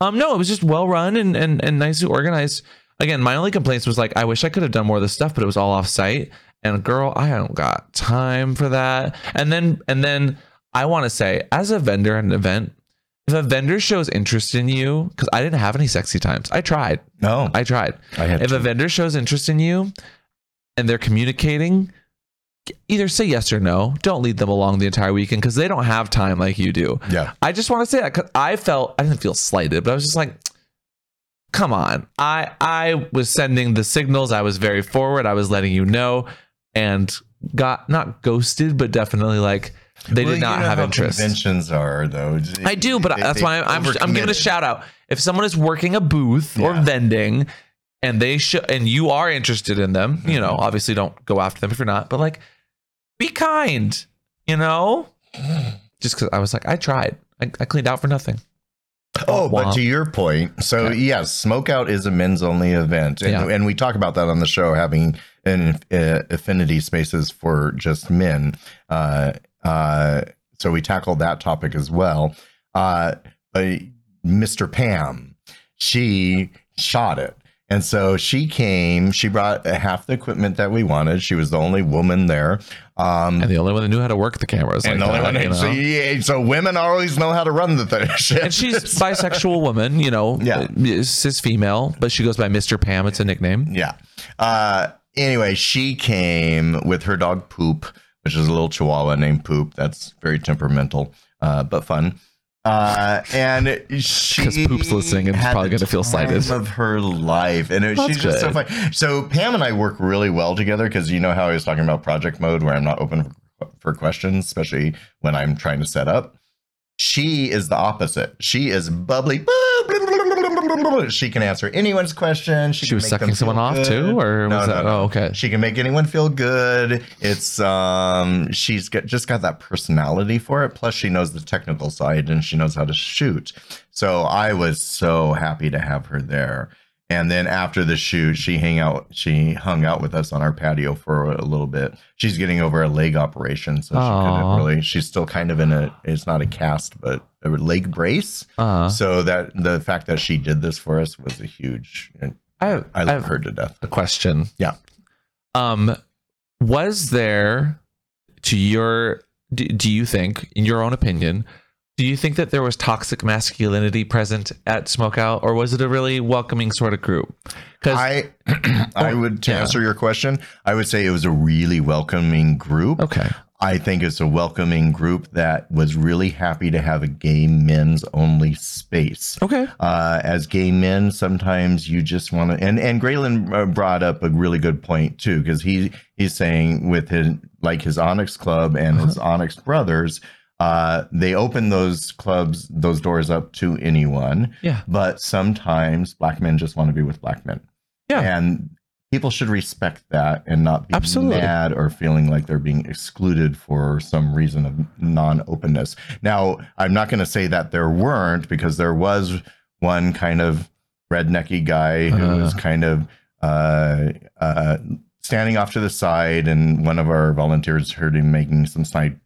[SPEAKER 1] Um, no, it was just well run and and and nicely organized. Again, my only complaints was like I wish I could have done more of this stuff, but it was all off site. And girl, I don't got time for that. And then and then I want to say, as a vendor at an event, if a vendor shows interest in you, because I didn't have any sexy times. I tried.
[SPEAKER 2] No,
[SPEAKER 1] I tried.
[SPEAKER 2] I had
[SPEAKER 1] If
[SPEAKER 2] to.
[SPEAKER 1] a vendor shows interest in you and they're communicating, either say yes or no. Don't lead them along the entire weekend because they don't have time like you do.
[SPEAKER 2] yeah.
[SPEAKER 1] I just want to say that 'cause I felt I didn't feel slighted, but I was just like, come on. I I was sending the signals. I was very forward. I was letting you know, and got not ghosted, but definitely like they
[SPEAKER 2] Well,
[SPEAKER 1] did
[SPEAKER 2] you
[SPEAKER 1] not
[SPEAKER 2] know
[SPEAKER 1] have
[SPEAKER 2] how
[SPEAKER 1] interest.
[SPEAKER 2] Conventions are though.
[SPEAKER 1] I do, but
[SPEAKER 2] They-
[SPEAKER 1] that's
[SPEAKER 2] they
[SPEAKER 1] why I'm, I'm I'm giving a
[SPEAKER 2] overcommitted.
[SPEAKER 1] shout out. If someone is working a booth or
[SPEAKER 2] Yeah.
[SPEAKER 1] vending, and they sh- and you are interested in them, you know, obviously don't go after them if you're not, but like, be kind, you know. Just because I was like, I tried, I, I cleaned out for nothing.
[SPEAKER 2] Oh, but
[SPEAKER 1] Womp.
[SPEAKER 2] to your point, so
[SPEAKER 1] Okay.
[SPEAKER 2] yes, smokeout is a men's only event, and,
[SPEAKER 1] Yeah.
[SPEAKER 2] and we talk about that on the show, having an uh, affinity spaces for just men. Uh, uh, so we tackled that topic as well. Uh, but Mr. Pam, she shot it. And so she came, she brought half the equipment that we wanted. She was the only woman there. Um,
[SPEAKER 1] And the only one that knew how to work the cameras,
[SPEAKER 2] and
[SPEAKER 1] like
[SPEAKER 2] the
[SPEAKER 1] that,
[SPEAKER 2] only one,
[SPEAKER 1] you know?
[SPEAKER 2] so, yeah, so women always know how to run the thing.
[SPEAKER 1] and she's bisexual woman, you know,
[SPEAKER 2] Yeah.
[SPEAKER 1] cis female, but she goes by Mr. Pam. It's a nickname.
[SPEAKER 2] Yeah. Uh, anyway, she came with her dog Poop, which is a little Chihuahua named Poop. That's very temperamental, uh, but fun. Uh, and she
[SPEAKER 1] 'Cause Poop's listening and
[SPEAKER 2] had
[SPEAKER 1] probably
[SPEAKER 2] the
[SPEAKER 1] gonna feel slighted.
[SPEAKER 2] time of her life, and it,
[SPEAKER 1] That's
[SPEAKER 2] she's just so
[SPEAKER 1] good.
[SPEAKER 2] funny. So Pam and I work really well together because you know how I was talking about project mode, where I'm not open for, for questions, especially when I'm trying to set up. She is the opposite. She is bubbly, She can answer anyone's question. She,
[SPEAKER 1] She
[SPEAKER 2] can
[SPEAKER 1] was
[SPEAKER 2] make them
[SPEAKER 1] sucking someone
[SPEAKER 2] feel
[SPEAKER 1] off
[SPEAKER 2] good.
[SPEAKER 1] too, or
[SPEAKER 2] No,
[SPEAKER 1] was
[SPEAKER 2] no,
[SPEAKER 1] that?
[SPEAKER 2] no.
[SPEAKER 1] Oh, okay.
[SPEAKER 2] She can make anyone feel good. It's um she's got, just got that personality for it. Plus she knows the technical side and she knows how to shoot. So I was so happy to have her there. And then after the shoot, she hang out she hung out with us on our patio for a little bit. She's getting over a leg operation, so she
[SPEAKER 1] Aw.
[SPEAKER 2] couldn't really she's still kind of in a it's not a cast, but a leg brace.
[SPEAKER 1] Uh,
[SPEAKER 2] So that the fact that she did this for us was a huge
[SPEAKER 1] I have,
[SPEAKER 2] I love
[SPEAKER 1] have
[SPEAKER 2] her to death.
[SPEAKER 1] a question.
[SPEAKER 2] Yeah.
[SPEAKER 1] Um, was there to your do, do you think, in your own opinion, do you think that there was toxic masculinity present at Smokeout, or was it a really welcoming sort of group? Because Oh,
[SPEAKER 2] I I would to
[SPEAKER 1] yeah.
[SPEAKER 2] answer your question, I would say it was a really welcoming group.
[SPEAKER 1] okay,
[SPEAKER 2] I think it's a welcoming group that was really happy to have a gay men's only space.
[SPEAKER 1] okay,
[SPEAKER 2] Uh, as gay men, sometimes you just want to. And and Graylin uh, brought up a really good point too, because he he's saying with his like his Onyx Club and his
[SPEAKER 1] Uh-huh.
[SPEAKER 2] Onyx Brothers, uh, they open those clubs those doors up to anyone.
[SPEAKER 1] yeah,
[SPEAKER 2] But sometimes black men just want to be with black men.
[SPEAKER 1] Yeah.
[SPEAKER 2] And people should respect that and not be
[SPEAKER 1] Absolutely.
[SPEAKER 2] mad or feeling like they're being excluded for some reason of non openness. Now, I'm not going to say that there weren't because there was one kind of rednecky guy who was kind of uh, uh, standing off to the side, and one of our volunteers heard him making some snide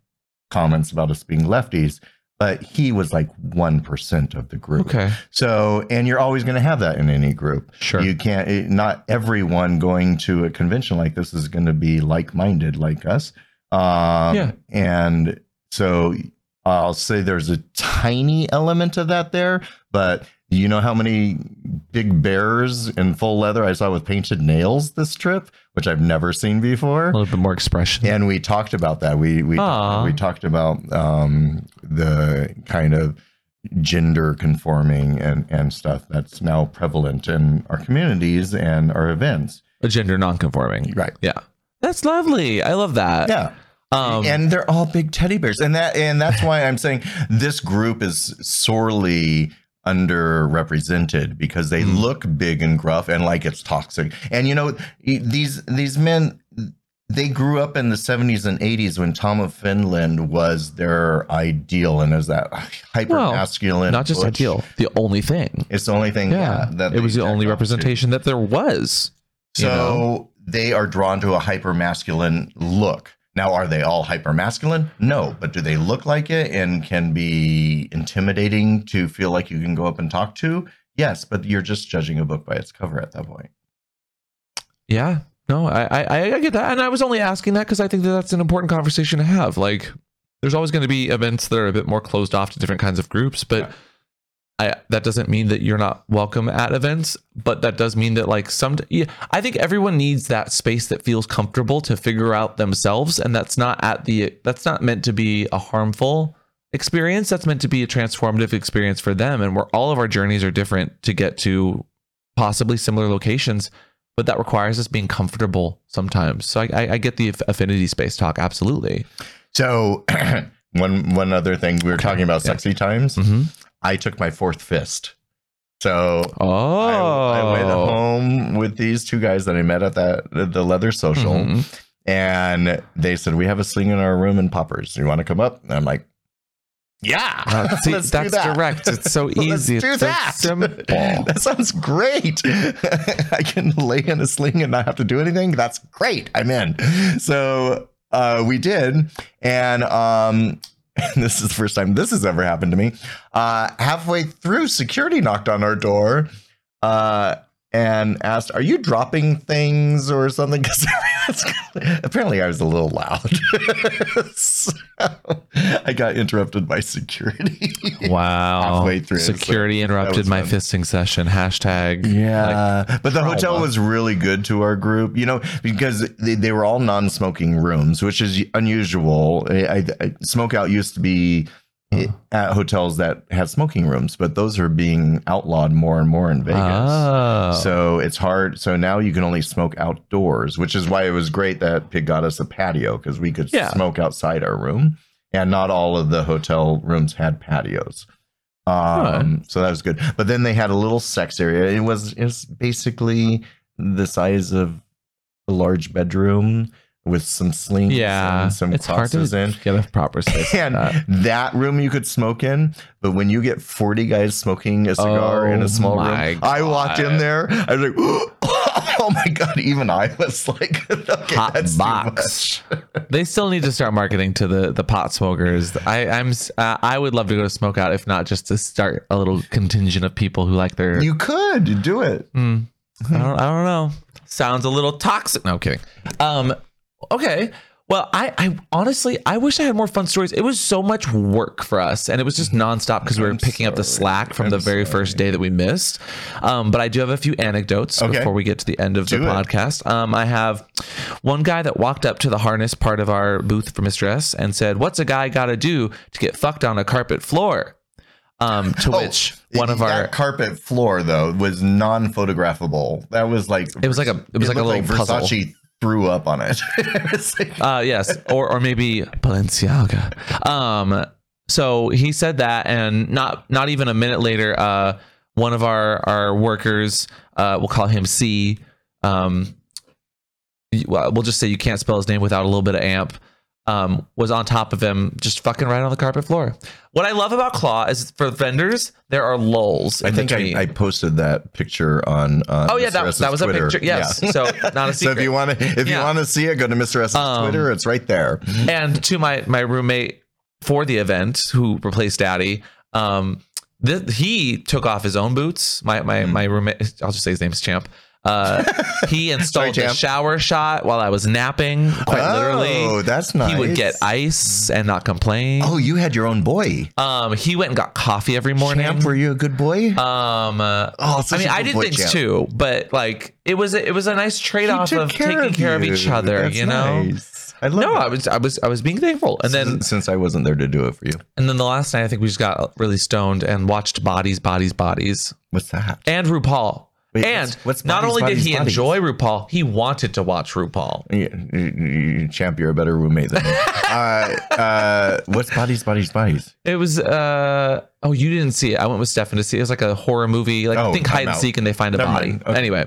[SPEAKER 2] comments about us being lefties. But he was like 1% of the group.
[SPEAKER 1] okay,
[SPEAKER 2] So, and you're always going to have that in any group.
[SPEAKER 1] sure,
[SPEAKER 2] You can't, it- not everyone going to a convention like this is going to be like minded like us. Um,
[SPEAKER 1] Yeah.
[SPEAKER 2] And so I'll say there's a tiny element of that there, but you know how many big bears in full leather I saw with painted nails this trip, which I've never seen before
[SPEAKER 1] a little bit more expression.
[SPEAKER 2] and we talked about that. We we
[SPEAKER 1] Aw.
[SPEAKER 2] we talked about um, the kind of gender conforming and and stuff that's now prevalent in our communities and our events.
[SPEAKER 1] a gender nonconforming.
[SPEAKER 2] Right.
[SPEAKER 1] Yeah, that's lovely. I love that.
[SPEAKER 2] Yeah.
[SPEAKER 1] Um,
[SPEAKER 2] and they're all big teddy bears. And that and that's why I'm saying this group is sorely underrepresented because they
[SPEAKER 1] Mm.
[SPEAKER 2] look big and gruff and like it's toxic. And you know e, these these men they grew up in the 70s and 80s when Tom of Finland was their ideal and is that hyper masculine
[SPEAKER 1] not just ideal, the only thing.
[SPEAKER 2] It's the only thing
[SPEAKER 1] Yeah,
[SPEAKER 2] yeah, that
[SPEAKER 1] it was
[SPEAKER 2] they
[SPEAKER 1] the only
[SPEAKER 2] jack off to.
[SPEAKER 1] representation that there was. you
[SPEAKER 2] So
[SPEAKER 1] know?
[SPEAKER 2] they are drawn to a hyper masculine look. Now, are they all hyper masculine? No, but do they look like it and can be intimidating to feel like you can go up and talk to? Yes, but you're just judging a book by its cover at that point.
[SPEAKER 1] Yeah. No, I, I I- I get that, and I was only asking that because I think that that's an important conversation to have. Like, there's always going to be events that are a bit more closed off to different kinds of groups, but I that doesn't mean that you're not welcome at events. But that does mean that like some, yeah, I think everyone needs that space that feels comfortable to figure out themselves, and that's not at the that's not meant to be a harmful experience. That's meant to be a transformative experience for them, and where all of our journeys are different to get to possibly similar locations but that requires us being comfortable sometimes. So I, I, I get the aff- affinity space talk absolutely.
[SPEAKER 2] So, one one other thing we were talking about
[SPEAKER 1] Yeah.
[SPEAKER 2] sexy times.
[SPEAKER 1] Mm-hmm.
[SPEAKER 2] I took my fourth fist. So
[SPEAKER 1] Oh,
[SPEAKER 2] I, I went home with these two guys that I met at that the leather social.
[SPEAKER 1] Mhm.
[SPEAKER 2] and they said we have a sling in our room in poppers you want to come up and i'm like yeah
[SPEAKER 1] Uh, see,
[SPEAKER 2] let's do
[SPEAKER 1] that's
[SPEAKER 2] that.
[SPEAKER 1] direct. It's so easy.
[SPEAKER 2] Let's do
[SPEAKER 1] It's so
[SPEAKER 2] that.
[SPEAKER 1] simple.
[SPEAKER 2] that sounds great. I can lay in a sling and not have to do anything. That's great. I'm in. So uh, we did, and um, this is the first time this has ever happened to me. Uh, halfway through, security knocked on our door uh, and asked, "Are you dropping things or something?" Because apparently, I was a little loud. so I got interrupted by security.
[SPEAKER 1] Wow.
[SPEAKER 2] Halfway through, so
[SPEAKER 1] Security
[SPEAKER 2] that
[SPEAKER 1] interrupted
[SPEAKER 2] was
[SPEAKER 1] my
[SPEAKER 2] fun.
[SPEAKER 1] fisting session. Hashtag.
[SPEAKER 2] Yeah, but the hotel
[SPEAKER 1] trauma.
[SPEAKER 2] was really good to our group, you know, because they, they were all non-smoking rooms, which is unusual. I, I, I, smoke out used to be i- at hotels that had smoking rooms, but those are being outlawed more and more in Vegas.
[SPEAKER 1] Oh.
[SPEAKER 2] So it's hard. So now you can only smoke outdoors, which is why it was great that Pig got us a patio because we could
[SPEAKER 1] Yeah.
[SPEAKER 2] smoke outside our room, and not all of the hotel rooms had patios. Um, so that was good. But then they had a little sex area. It was it was basically the size of a large bedroom with some slings
[SPEAKER 1] Yeah,
[SPEAKER 2] and some
[SPEAKER 1] it's hard to
[SPEAKER 2] crosses in.
[SPEAKER 1] get a proper space. like
[SPEAKER 2] And
[SPEAKER 1] that.
[SPEAKER 2] that room you could smoke in, but when you get 40 guys smoking a cigar in
[SPEAKER 1] Oh
[SPEAKER 2] a small room,
[SPEAKER 1] my
[SPEAKER 2] I walked in
[SPEAKER 1] God.
[SPEAKER 2] there. I was like, oh my God, even I was like, okay, that's
[SPEAKER 1] Hot
[SPEAKER 2] too
[SPEAKER 1] box. they still need to start marketing to the the pot smokers. I, I'm s- uh, I would love to go to smoke out, if not just to start a little contingent of people who like their.
[SPEAKER 2] much. You could do it.
[SPEAKER 1] Hmm. I, don't, I don't know. Sounds a little toxic. No I'm kidding. Um. Okay. Well, I, I honestly I wish I had more fun stories. It was so much work for us, and it was just nonstop because we were
[SPEAKER 2] I'm
[SPEAKER 1] picking up the
[SPEAKER 2] sorry.
[SPEAKER 1] slack from
[SPEAKER 2] I'm
[SPEAKER 1] the very first day that we missed. Um, but I do have a few anecdotes
[SPEAKER 2] Okay.
[SPEAKER 1] before we get to the end of
[SPEAKER 2] Do
[SPEAKER 1] the
[SPEAKER 2] it.
[SPEAKER 1] podcast. Um, I have one guy that walked up to the harness part of our booth for Mr. S and said, "What's a guy got to do to get fucked on a carpet floor?" Um, to
[SPEAKER 2] Oh,
[SPEAKER 1] which one of
[SPEAKER 2] that
[SPEAKER 1] our
[SPEAKER 2] carpet floor though was non-photographable. That was like
[SPEAKER 1] It was like a- it was like a
[SPEAKER 2] looked
[SPEAKER 1] little puzzle.
[SPEAKER 2] Versace threw up on it. It was like-
[SPEAKER 1] Uh, yes, or or maybe Balenciaga. Um, so he said that, and not not even a minute later, uh, one of our our workers, uh, we'll call him C. Um, you- well, we'll just say you can't spell his name without a little bit of amp. Um, was on top of him, just fucking right on the carpet floor. What I love about Claw is for vendors, there are lulls.
[SPEAKER 2] I
[SPEAKER 1] in
[SPEAKER 2] think
[SPEAKER 1] between.
[SPEAKER 2] I, I posted that picture on. Uh,
[SPEAKER 1] Oh, yeah,
[SPEAKER 2] Mr.
[SPEAKER 1] that-
[SPEAKER 2] S's
[SPEAKER 1] that was a
[SPEAKER 2] Twitter.
[SPEAKER 1] picture. Yes. So, not a
[SPEAKER 2] so if
[SPEAKER 1] secret.
[SPEAKER 2] you want to, if
[SPEAKER 1] Yeah.
[SPEAKER 2] you want to see it, go to Mr. S's
[SPEAKER 1] Um,
[SPEAKER 2] Twitter. It's right there.
[SPEAKER 1] and to my my roommate for the event who replaced daddy um th- he took off his own boots my my my roommate i'll just say his name's champ uh he installed
[SPEAKER 2] Hmm. Sorry,
[SPEAKER 1] the
[SPEAKER 2] Champ.
[SPEAKER 1] shower shot while i was napping quite
[SPEAKER 2] Oh,
[SPEAKER 1] literally
[SPEAKER 2] that's nice. Hmm.
[SPEAKER 1] he would get ice and not complain
[SPEAKER 2] Oh, you had your own boy.
[SPEAKER 1] um he went and got coffee every morning
[SPEAKER 2] Champ, were you a good boy?
[SPEAKER 1] um uh,
[SPEAKER 2] oh,
[SPEAKER 1] I
[SPEAKER 2] such
[SPEAKER 1] mean,
[SPEAKER 2] a
[SPEAKER 1] I
[SPEAKER 2] good
[SPEAKER 1] did
[SPEAKER 2] boy,
[SPEAKER 1] things
[SPEAKER 2] Champ.
[SPEAKER 1] too, but like it was a, it was a nice trade
[SPEAKER 2] He
[SPEAKER 1] off
[SPEAKER 2] took
[SPEAKER 1] of taking care of
[SPEAKER 2] you.
[SPEAKER 1] each other,
[SPEAKER 2] That's
[SPEAKER 1] you know.
[SPEAKER 2] nice. I love
[SPEAKER 1] No,
[SPEAKER 2] that.
[SPEAKER 1] I was I was I was being thankful, and then
[SPEAKER 2] since, since I wasn't there to do it for you,
[SPEAKER 1] And then the last night, I think we just got really stoned and watched Bodies, Bodies, Bodies,
[SPEAKER 2] what's that?
[SPEAKER 1] and RuPaul.
[SPEAKER 2] Wait,
[SPEAKER 1] and
[SPEAKER 2] what's- what's
[SPEAKER 1] not
[SPEAKER 2] Bodies,
[SPEAKER 1] only
[SPEAKER 2] Bodies,
[SPEAKER 1] did he
[SPEAKER 2] Bodies?
[SPEAKER 1] enjoy RuPaul, he wanted to watch RuPaul.
[SPEAKER 2] Yeah, you- you- Champ, you're a better roommate than me. uh, uh, what's bodies, bodies, bodies?
[SPEAKER 1] It was uh oh, you didn't see it. I went with Stefan to see it. It was like a horror movie, like
[SPEAKER 2] Oh,
[SPEAKER 1] think
[SPEAKER 2] I'm
[SPEAKER 1] hide and
[SPEAKER 2] out.
[SPEAKER 1] seek, and they find a
[SPEAKER 2] Never
[SPEAKER 1] body.
[SPEAKER 2] mind. Okay,
[SPEAKER 1] anyway,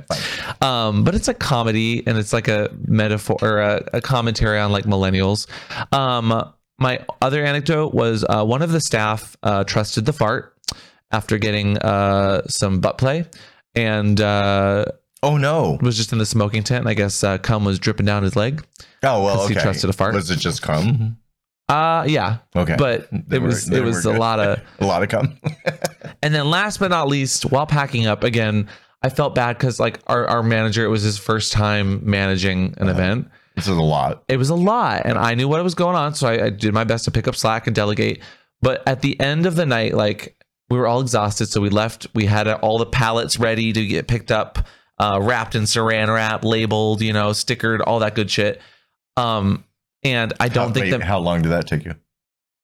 [SPEAKER 1] um, but it's a comedy and it's like a metaphor or a, a commentary on like millennials. Um, my other anecdote was uh, one of the staff uh, trusted the fart after getting uh some butt play. And uh,
[SPEAKER 2] Oh no!
[SPEAKER 1] was just in the smoking tent. And I guess uh, cum was dripping down his leg.
[SPEAKER 2] Oh well,
[SPEAKER 1] 'Cause
[SPEAKER 2] okay.
[SPEAKER 1] he trusted a fart.
[SPEAKER 2] Was it just cum?
[SPEAKER 1] Uh, yeah,
[SPEAKER 2] Okay,
[SPEAKER 1] but
[SPEAKER 2] They
[SPEAKER 1] it
[SPEAKER 2] were-
[SPEAKER 1] was
[SPEAKER 2] they
[SPEAKER 1] it
[SPEAKER 2] were
[SPEAKER 1] was a
[SPEAKER 2] good.
[SPEAKER 1] lot of
[SPEAKER 2] a lot of cum.
[SPEAKER 1] And then last but not least, while packing up again, I felt bad because like our, our manager, it was his first time managing
[SPEAKER 2] Uh-huh.
[SPEAKER 1] an event.
[SPEAKER 2] this is a lot.
[SPEAKER 1] It was a lot, and I knew what was going on, so I, I did my best to pick up slack and delegate. But at the end of the night, like we were all exhausted, so we left. We had uh, all the pallets ready to get picked up, uh, wrapped in Saran wrap, labeled, you know, stickered, all that good shit. Um, and I don't
[SPEAKER 2] how,
[SPEAKER 1] think
[SPEAKER 2] wait,
[SPEAKER 1] that
[SPEAKER 2] How long did that take you?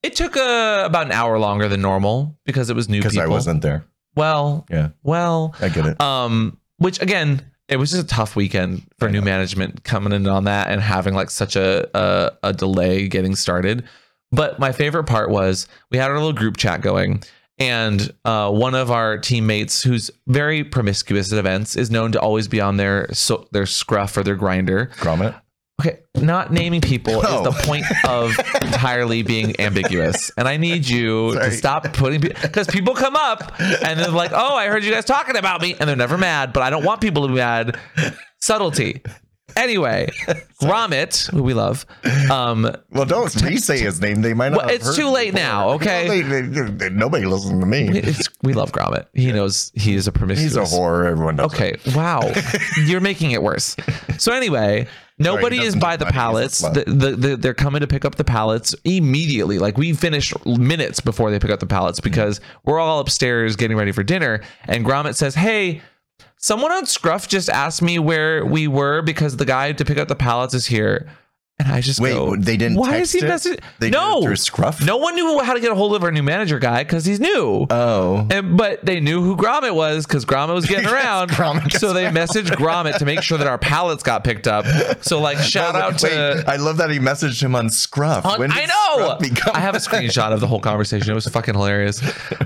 [SPEAKER 1] it took uh, about an hour longer than normal because it was new
[SPEAKER 2] Because
[SPEAKER 1] people.
[SPEAKER 2] I wasn't there.
[SPEAKER 1] Well,
[SPEAKER 2] Yeah,
[SPEAKER 1] well,
[SPEAKER 2] I get it.
[SPEAKER 1] um which again it was just a tough weekend for
[SPEAKER 2] I
[SPEAKER 1] new
[SPEAKER 2] know.
[SPEAKER 1] management coming in on that and having like such a, a a delay getting started but my favorite part was we had our little group chat going and uh, one of our teammates who's very promiscuous at events is known to always be on their so, their scruff or their grinder
[SPEAKER 2] Grommet.
[SPEAKER 1] okay not naming people
[SPEAKER 2] Oh.
[SPEAKER 1] is the point of entirely being ambiguous and i need you
[SPEAKER 2] Sorry.
[SPEAKER 1] to stop putting because people come up and they're like oh i heard you guys talking about me and they're never mad but i don't want people to be mad subtlety anyway grommet who we love um
[SPEAKER 2] Well, don't re say his name. They might not.
[SPEAKER 1] Well,
[SPEAKER 2] have
[SPEAKER 1] it's
[SPEAKER 2] heard
[SPEAKER 1] too
[SPEAKER 2] it
[SPEAKER 1] late
[SPEAKER 2] before.
[SPEAKER 1] now, okay?
[SPEAKER 2] Well, they- they- they- nobody listens to me.
[SPEAKER 1] it's, we love grommet he knows he is a promiscuous
[SPEAKER 2] He's a whore. Everyone knows.
[SPEAKER 1] Okay. Wow. You're making it worse. So anyway, nobody is
[SPEAKER 2] doesn't
[SPEAKER 1] by
[SPEAKER 2] look
[SPEAKER 1] the
[SPEAKER 2] funny.
[SPEAKER 1] pallets.
[SPEAKER 2] He's a
[SPEAKER 1] The,
[SPEAKER 2] slut.
[SPEAKER 1] the, the, they're coming to pick up the pallets immediately. Like we finished minutes before they pick up the pallets
[SPEAKER 2] Mm-hmm.
[SPEAKER 1] because we're all upstairs getting ready for dinner. And Gromit says, "Hey." Someone on Scruff just asked me where we were because the guy to pick up the pallets is here. And I just
[SPEAKER 2] Wait,
[SPEAKER 1] go,
[SPEAKER 2] they didn't
[SPEAKER 1] Why is
[SPEAKER 2] text
[SPEAKER 1] he
[SPEAKER 2] it?
[SPEAKER 1] messaging?
[SPEAKER 2] They did
[SPEAKER 1] no,
[SPEAKER 2] it through Scruff?
[SPEAKER 1] No one knew how to get a hold of our new manager guy because he's new.
[SPEAKER 2] Oh.
[SPEAKER 1] And, but they knew who Gromit was because Gromit was getting around.
[SPEAKER 2] Gromit gets
[SPEAKER 1] so they messaged Gromit to make sure that our pallets got picked up. So like shout
[SPEAKER 2] Wait,
[SPEAKER 1] out to
[SPEAKER 2] I love that he messaged him on Scruff.
[SPEAKER 1] on-
[SPEAKER 2] When did
[SPEAKER 1] I know.
[SPEAKER 2] Scruff become-
[SPEAKER 1] I have a screenshot of the whole conversation. It was fucking hilarious.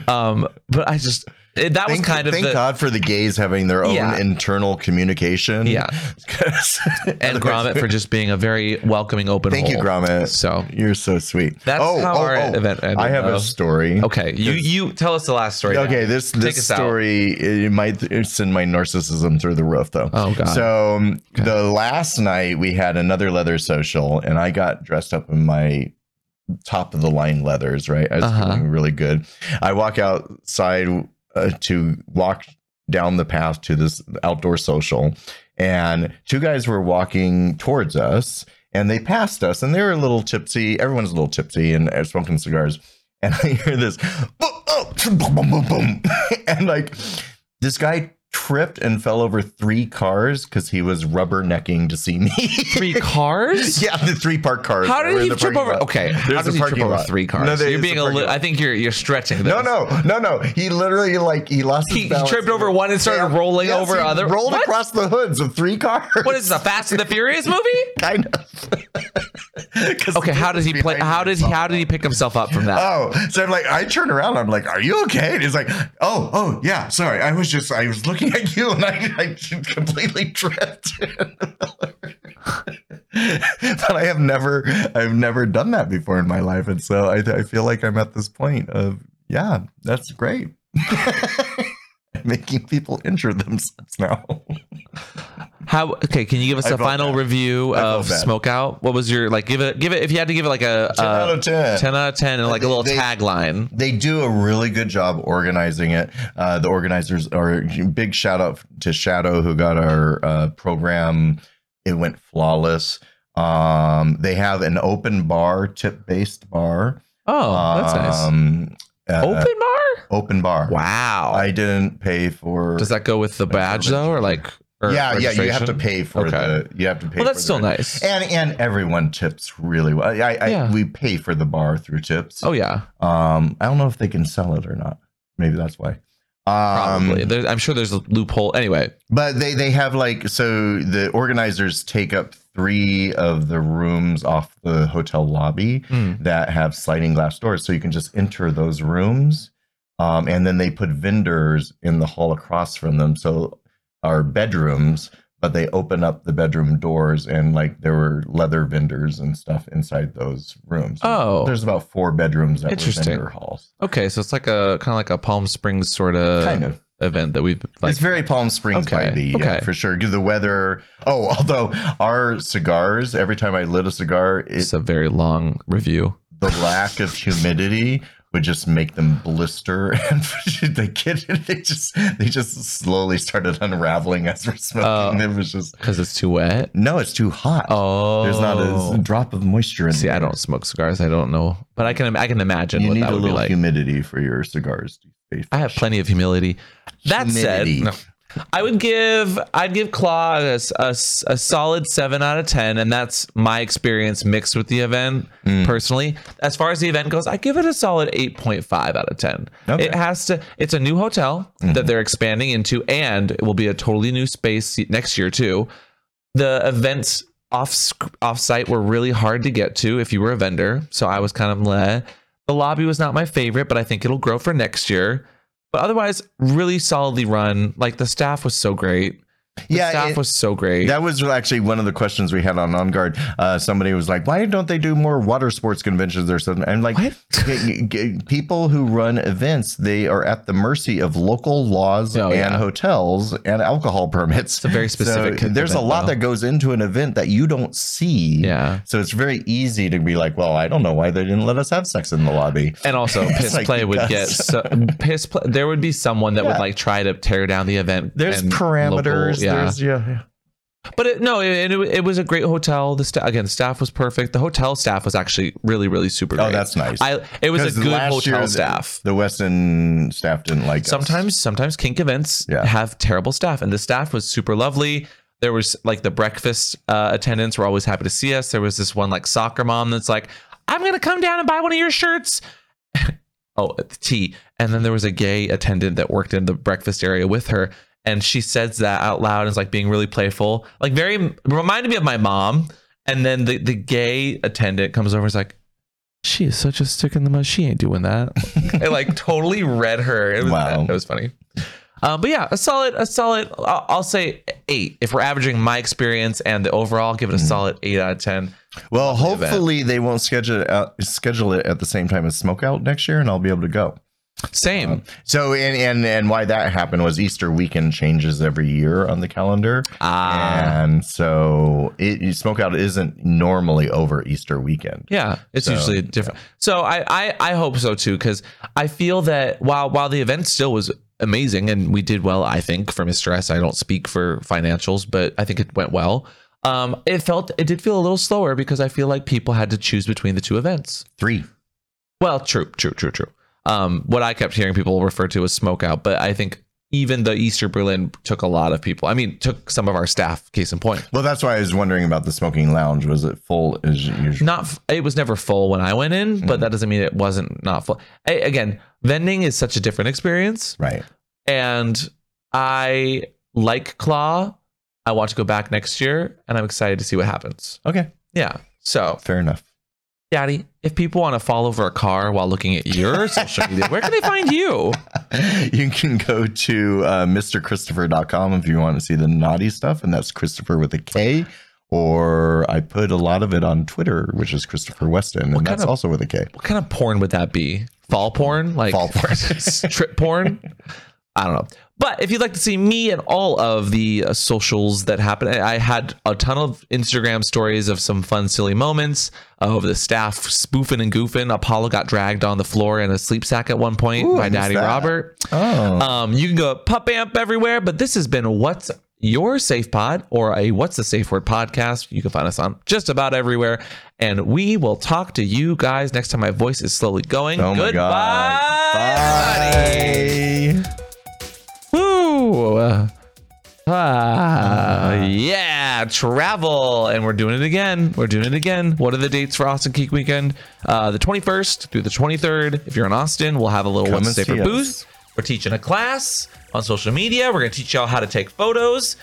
[SPEAKER 1] Um, but I just it, that
[SPEAKER 2] Thank,
[SPEAKER 1] was kind of
[SPEAKER 2] thank
[SPEAKER 1] the
[SPEAKER 2] God for the gays having their own
[SPEAKER 1] Yeah.
[SPEAKER 2] internal communication.
[SPEAKER 1] Yeah.
[SPEAKER 2] 'Cause
[SPEAKER 1] and
[SPEAKER 2] otherwise-
[SPEAKER 1] Gromit for just being a very welcoming open.
[SPEAKER 2] Thank you,
[SPEAKER 1] hole.
[SPEAKER 2] Gromit.
[SPEAKER 1] So
[SPEAKER 2] You're so sweet. Oh,
[SPEAKER 1] That's how our event ended,
[SPEAKER 2] I have
[SPEAKER 1] though.
[SPEAKER 2] a story.
[SPEAKER 1] okay, you you tell us the last story. now.
[SPEAKER 2] Okay, this
[SPEAKER 1] Take
[SPEAKER 2] this
[SPEAKER 1] us out.
[SPEAKER 2] story it might send my narcissism through the roof though.
[SPEAKER 1] Oh, God.
[SPEAKER 2] So um, the last night we had another leather social, and I got dressed up in my top of the line leathers. Right, I was
[SPEAKER 1] Uh-huh.
[SPEAKER 2] feeling really good. I walk outside uh, to walk down the path to this outdoor social, and two guys were walking towards us, and they passed us, and they were a little tipsy. Everyone's a little tipsy and uh, smoking cigars. And I hear this, boom, oh, boom, boom, boom, boom. and like this guy tripped and fell over three cars because he was rubbernecking to see me.
[SPEAKER 1] three cars.
[SPEAKER 2] yeah, the three park cars.
[SPEAKER 1] How
[SPEAKER 2] that were
[SPEAKER 1] did
[SPEAKER 2] in
[SPEAKER 1] he
[SPEAKER 2] the
[SPEAKER 1] trip
[SPEAKER 2] parking
[SPEAKER 1] over?
[SPEAKER 2] lot.
[SPEAKER 1] Okay, how
[SPEAKER 2] There's
[SPEAKER 1] did
[SPEAKER 2] a
[SPEAKER 1] he trip
[SPEAKER 2] parking
[SPEAKER 1] over
[SPEAKER 2] lot.
[SPEAKER 1] three cars?
[SPEAKER 2] No, there
[SPEAKER 1] You're
[SPEAKER 2] is
[SPEAKER 1] being a
[SPEAKER 2] parking
[SPEAKER 1] li-
[SPEAKER 2] lot.
[SPEAKER 1] I think you're you're stretching. This.
[SPEAKER 2] No, no, no, no. He literally like he lost.
[SPEAKER 1] He-
[SPEAKER 2] his
[SPEAKER 1] he
[SPEAKER 2] balance.
[SPEAKER 1] tripped over one and started rolling
[SPEAKER 2] Yes,
[SPEAKER 1] over
[SPEAKER 2] he
[SPEAKER 1] other-
[SPEAKER 2] Rolled
[SPEAKER 1] What?
[SPEAKER 2] across the hoods of three cars.
[SPEAKER 1] What is this? A Fast and the Furious movie?
[SPEAKER 2] kind of? 'Cause
[SPEAKER 1] Okay, how does he play?
[SPEAKER 2] behind
[SPEAKER 1] How
[SPEAKER 2] me
[SPEAKER 1] did he?
[SPEAKER 2] saw
[SPEAKER 1] How did he pick himself up from that?
[SPEAKER 2] Oh, so I'm like, I turn around. I'm like, are you okay? And he's like, oh, oh, yeah, sorry. I was just, I was looking at you and I, I completely tripped. but I have never, I've never done that before in my life. And so I, I feel like I'm at this point of, yeah, that's great. Making people injure themselves now.
[SPEAKER 1] How? Okay, can you give us
[SPEAKER 2] I
[SPEAKER 1] a
[SPEAKER 2] felt
[SPEAKER 1] final
[SPEAKER 2] bad.
[SPEAKER 1] review
[SPEAKER 2] I felt
[SPEAKER 1] of
[SPEAKER 2] bad.
[SPEAKER 1] Smoke Out? What was your like? Give it. Give it. If you had to give it like a
[SPEAKER 2] 10
[SPEAKER 1] uh,
[SPEAKER 2] out of 10.
[SPEAKER 1] 10 out of 10 and like a little
[SPEAKER 2] They-
[SPEAKER 1] tagline.
[SPEAKER 2] they do a really good job organizing it. Uh, the organizers are big shout out to Shadow who got our uh, program. It went flawless. Um, they have an open bar, tip based bar.
[SPEAKER 1] Oh, that's nice.
[SPEAKER 2] Um, uh,
[SPEAKER 1] Open bar?
[SPEAKER 2] open bar.
[SPEAKER 1] Wow.
[SPEAKER 2] I didn't pay for.
[SPEAKER 1] Does that go with the badge though or like or
[SPEAKER 2] yeah, yeah. You have to
[SPEAKER 1] registration?
[SPEAKER 2] pay for
[SPEAKER 1] Okay.
[SPEAKER 2] the. You have to pay.
[SPEAKER 1] Well, that's
[SPEAKER 2] for
[SPEAKER 1] still
[SPEAKER 2] the-
[SPEAKER 1] nice.
[SPEAKER 2] And and everyone tips really well. I, I,
[SPEAKER 1] Yeah.
[SPEAKER 2] I we pay for the bar through tips.
[SPEAKER 1] Oh yeah,
[SPEAKER 2] Um, I don't know if they can sell it or not. Maybe that's why. Um,
[SPEAKER 1] probably. There- I'm sure there's a loophole. Anyway,
[SPEAKER 2] but they they have like so the organizers take up three of the rooms off the hotel lobby that have sliding glass doors, so you can just enter those rooms. Um, and then they put vendors in the hall across from them, so our bedrooms. But they open up the bedroom doors, and like there were leather vendors and stuff inside those rooms.
[SPEAKER 1] Oh.
[SPEAKER 2] there's about four bedrooms that were
[SPEAKER 1] Interesting.
[SPEAKER 2] vendor halls.
[SPEAKER 1] okay, so it's like a kind of like a Palm Springs sort of
[SPEAKER 2] Kind of.
[SPEAKER 1] event that we've like.
[SPEAKER 2] it's very Palm Springs
[SPEAKER 1] Okay,
[SPEAKER 2] by the
[SPEAKER 1] okay.
[SPEAKER 2] yeah, for sure. The weather. Oh, although our cigars, every time I lit a cigar, it,
[SPEAKER 1] it's a very long review.
[SPEAKER 2] the lack of humidity would just make them blister, and they get they just they just slowly started unraveling as we're smoking.
[SPEAKER 1] Oh.
[SPEAKER 2] it was just
[SPEAKER 1] Because it's too wet.
[SPEAKER 2] no, it's too hot.
[SPEAKER 1] Oh,
[SPEAKER 2] there's not a drop of moisture in
[SPEAKER 1] See,
[SPEAKER 2] there.
[SPEAKER 1] I don't smoke cigars. I don't know, but I can I can imagine
[SPEAKER 2] You
[SPEAKER 1] what
[SPEAKER 2] need
[SPEAKER 1] that
[SPEAKER 2] a
[SPEAKER 1] would be
[SPEAKER 2] little
[SPEAKER 1] like.
[SPEAKER 2] humidity for your cigars. to stay
[SPEAKER 1] I have
[SPEAKER 2] fresh.
[SPEAKER 1] plenty of humility. That
[SPEAKER 2] Humidity.
[SPEAKER 1] said, no. I would give I'd give Claw a, s- a s- a solid seven out of ten, and that's my experience mixed with the event personally. As far as the event goes, I give it a solid eight point five out of ten.
[SPEAKER 2] Okay.
[SPEAKER 1] It has to. It's a new hotel that they're expanding into, and it will be a totally new space next year too. The events off sc- off site were really hard to get to if you were a vendor, so I was kind of meh. The lobby was not my favorite, but I think it'll grow for next year. But otherwise, really solidly run. Like the staff was so great. The
[SPEAKER 2] Yeah,
[SPEAKER 1] staff
[SPEAKER 2] it-
[SPEAKER 1] was so great.
[SPEAKER 2] That was actually one of the questions we had on On Guard. Uh, somebody was like, "Why don't they do more water sports conventions or something?" I'm like,
[SPEAKER 1] What?
[SPEAKER 2] g- g- "People who run events, they are at the mercy of local laws
[SPEAKER 1] Oh,
[SPEAKER 2] and
[SPEAKER 1] yeah.
[SPEAKER 2] hotels and alcohol permits." It's
[SPEAKER 1] a very specific
[SPEAKER 2] there's a
[SPEAKER 1] event,
[SPEAKER 2] lot
[SPEAKER 1] though.
[SPEAKER 2] that goes into an event that you don't see.
[SPEAKER 1] Yeah.
[SPEAKER 2] So it's very easy to be like, "Well, I don't know why they didn't let us have sex in the lobby."
[SPEAKER 1] and also,
[SPEAKER 2] It's
[SPEAKER 1] piss
[SPEAKER 2] like
[SPEAKER 1] play would
[SPEAKER 2] because-
[SPEAKER 1] get so, piss play. There would be someone that would
[SPEAKER 2] Yeah.
[SPEAKER 1] like try to tear down the event.
[SPEAKER 2] There's
[SPEAKER 1] and
[SPEAKER 2] parameters.
[SPEAKER 1] local- yeah.
[SPEAKER 2] There's yeah. yeah.
[SPEAKER 1] but it, no, it, it, it was a great hotel. The sta- again, the staff was perfect. The hotel staff was actually really, really super.
[SPEAKER 2] Oh,
[SPEAKER 1] great.
[SPEAKER 2] that's nice.
[SPEAKER 1] I it was
[SPEAKER 2] 'Cause
[SPEAKER 1] a good
[SPEAKER 2] last
[SPEAKER 1] hotel
[SPEAKER 2] year,
[SPEAKER 1] staff.
[SPEAKER 2] The Weston staff didn't like us.
[SPEAKER 1] Sometimes, sometimes kink events
[SPEAKER 2] Yeah.
[SPEAKER 1] have terrible staff, and the staff was super lovely. There was like the breakfast uh, attendants were always happy to see us. There was this one like soccer mom that's like, I'm gonna come down and buy one of your shirts. oh, at the tea. And then there was a gay attendant that worked in the breakfast area with her, and she says that out loud and is like being really playful, like very reminded me of my mom. And then the the gay attendant comes over and is like, she is such a stick in the mud. She ain't doing that. it like totally read her. It was,
[SPEAKER 2] Wow.
[SPEAKER 1] it was funny. Um, but yeah, a solid, a solid. I'll, I'll say eight if we're averaging my experience and the overall. Give it a solid eight out of ten.
[SPEAKER 2] Well,
[SPEAKER 1] event.
[SPEAKER 2] hopefully they won't schedule it out, schedule it at the same time as Smokeout next year, and I'll be able to go.
[SPEAKER 1] Same.
[SPEAKER 2] So, and and and why that happened was Easter weekend changes every year on the calendar,
[SPEAKER 1] Ah.
[SPEAKER 2] and so it, Smokeout isn't normally over Easter weekend.
[SPEAKER 1] Yeah, it's
[SPEAKER 2] So,
[SPEAKER 1] usually different. So I, I I hope so too because I feel that while while the event still was amazing and we did well, I think for Mr. S. I don't speak for financials, but I think it went well. Um, it felt it did feel a little slower because I feel like people had to choose between the two events.
[SPEAKER 2] Three.
[SPEAKER 1] Well, true, true, true, true. Um, what I kept hearing people refer to as smoke out, but I think even the Easter Berlin took a lot of people. I mean, took some of our staff. Case in point,
[SPEAKER 2] Well, that's why I was wondering about the smoking lounge. Was it full as usual?
[SPEAKER 1] not f- it was never full when I went in, but that doesn't mean it wasn't not full. A- again, vending is such a different experience,
[SPEAKER 2] Right.
[SPEAKER 1] and I like Claw. I want to go back next year, and I'm excited to see what happens.
[SPEAKER 2] Okay.
[SPEAKER 1] Yeah. So,
[SPEAKER 2] Fair enough.
[SPEAKER 1] Daddy, if people want to fall over a car while looking at your social media, where can they find you?
[SPEAKER 2] You can go to uh, mrchristopher.com if you want to see the naughty stuff, and that's Christopher with a K. Or I put a lot of it on Twitter, which is Christopher Weston, and that's
[SPEAKER 1] kind of-
[SPEAKER 2] also with a K.
[SPEAKER 1] what kind of porn would that be? Fall porn? Like
[SPEAKER 2] Fall porn.
[SPEAKER 1] strip porn? I don't know. But if you'd like to see me and all of the uh, socials that happen, I I had a ton of Instagram stories of some fun, silly moments uh, of the staff spoofing and goofing. Apollo got dragged on the floor in a sleep sack at one point
[SPEAKER 2] Ooh, I
[SPEAKER 1] by
[SPEAKER 2] missed
[SPEAKER 1] Daddy
[SPEAKER 2] that.
[SPEAKER 1] Robert.
[SPEAKER 2] Oh,
[SPEAKER 1] Um, you can go pup amp everywhere, but this has been what's your safe pod or a what's the safe word podcast. You can find us on just about everywhere, and we will talk to you guys next time. My voice is slowly going.
[SPEAKER 2] oh my God.
[SPEAKER 1] Goodbye,
[SPEAKER 2] Bye.
[SPEAKER 1] everybody. Woo. Uh,
[SPEAKER 2] Uh.
[SPEAKER 1] ah, yeah, travel, and we're doing it again. We're doing it again. What are the dates for Austin Geek Weekend? Uh, the 21st through the 23rd. If you're in Austin, we'll have a little
[SPEAKER 2] Come
[SPEAKER 1] what's
[SPEAKER 2] and
[SPEAKER 1] safer
[SPEAKER 2] see us.
[SPEAKER 1] booth. We're teaching a class on social media. We're going to teach y'all how to take photos.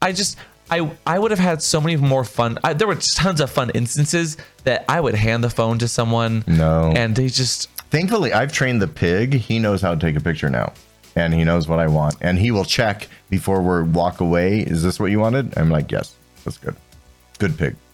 [SPEAKER 1] I just, I, I would have had so many more fun. I, there were tons of fun instances that I would hand the phone to someone.
[SPEAKER 2] No.
[SPEAKER 1] And they just,
[SPEAKER 2] Thankfully, I've trained the pig. He knows how to take a picture now, and he knows what I want, and he will check before we walk away. Is this what you wanted? I'm like, yes, that's good. Good pig.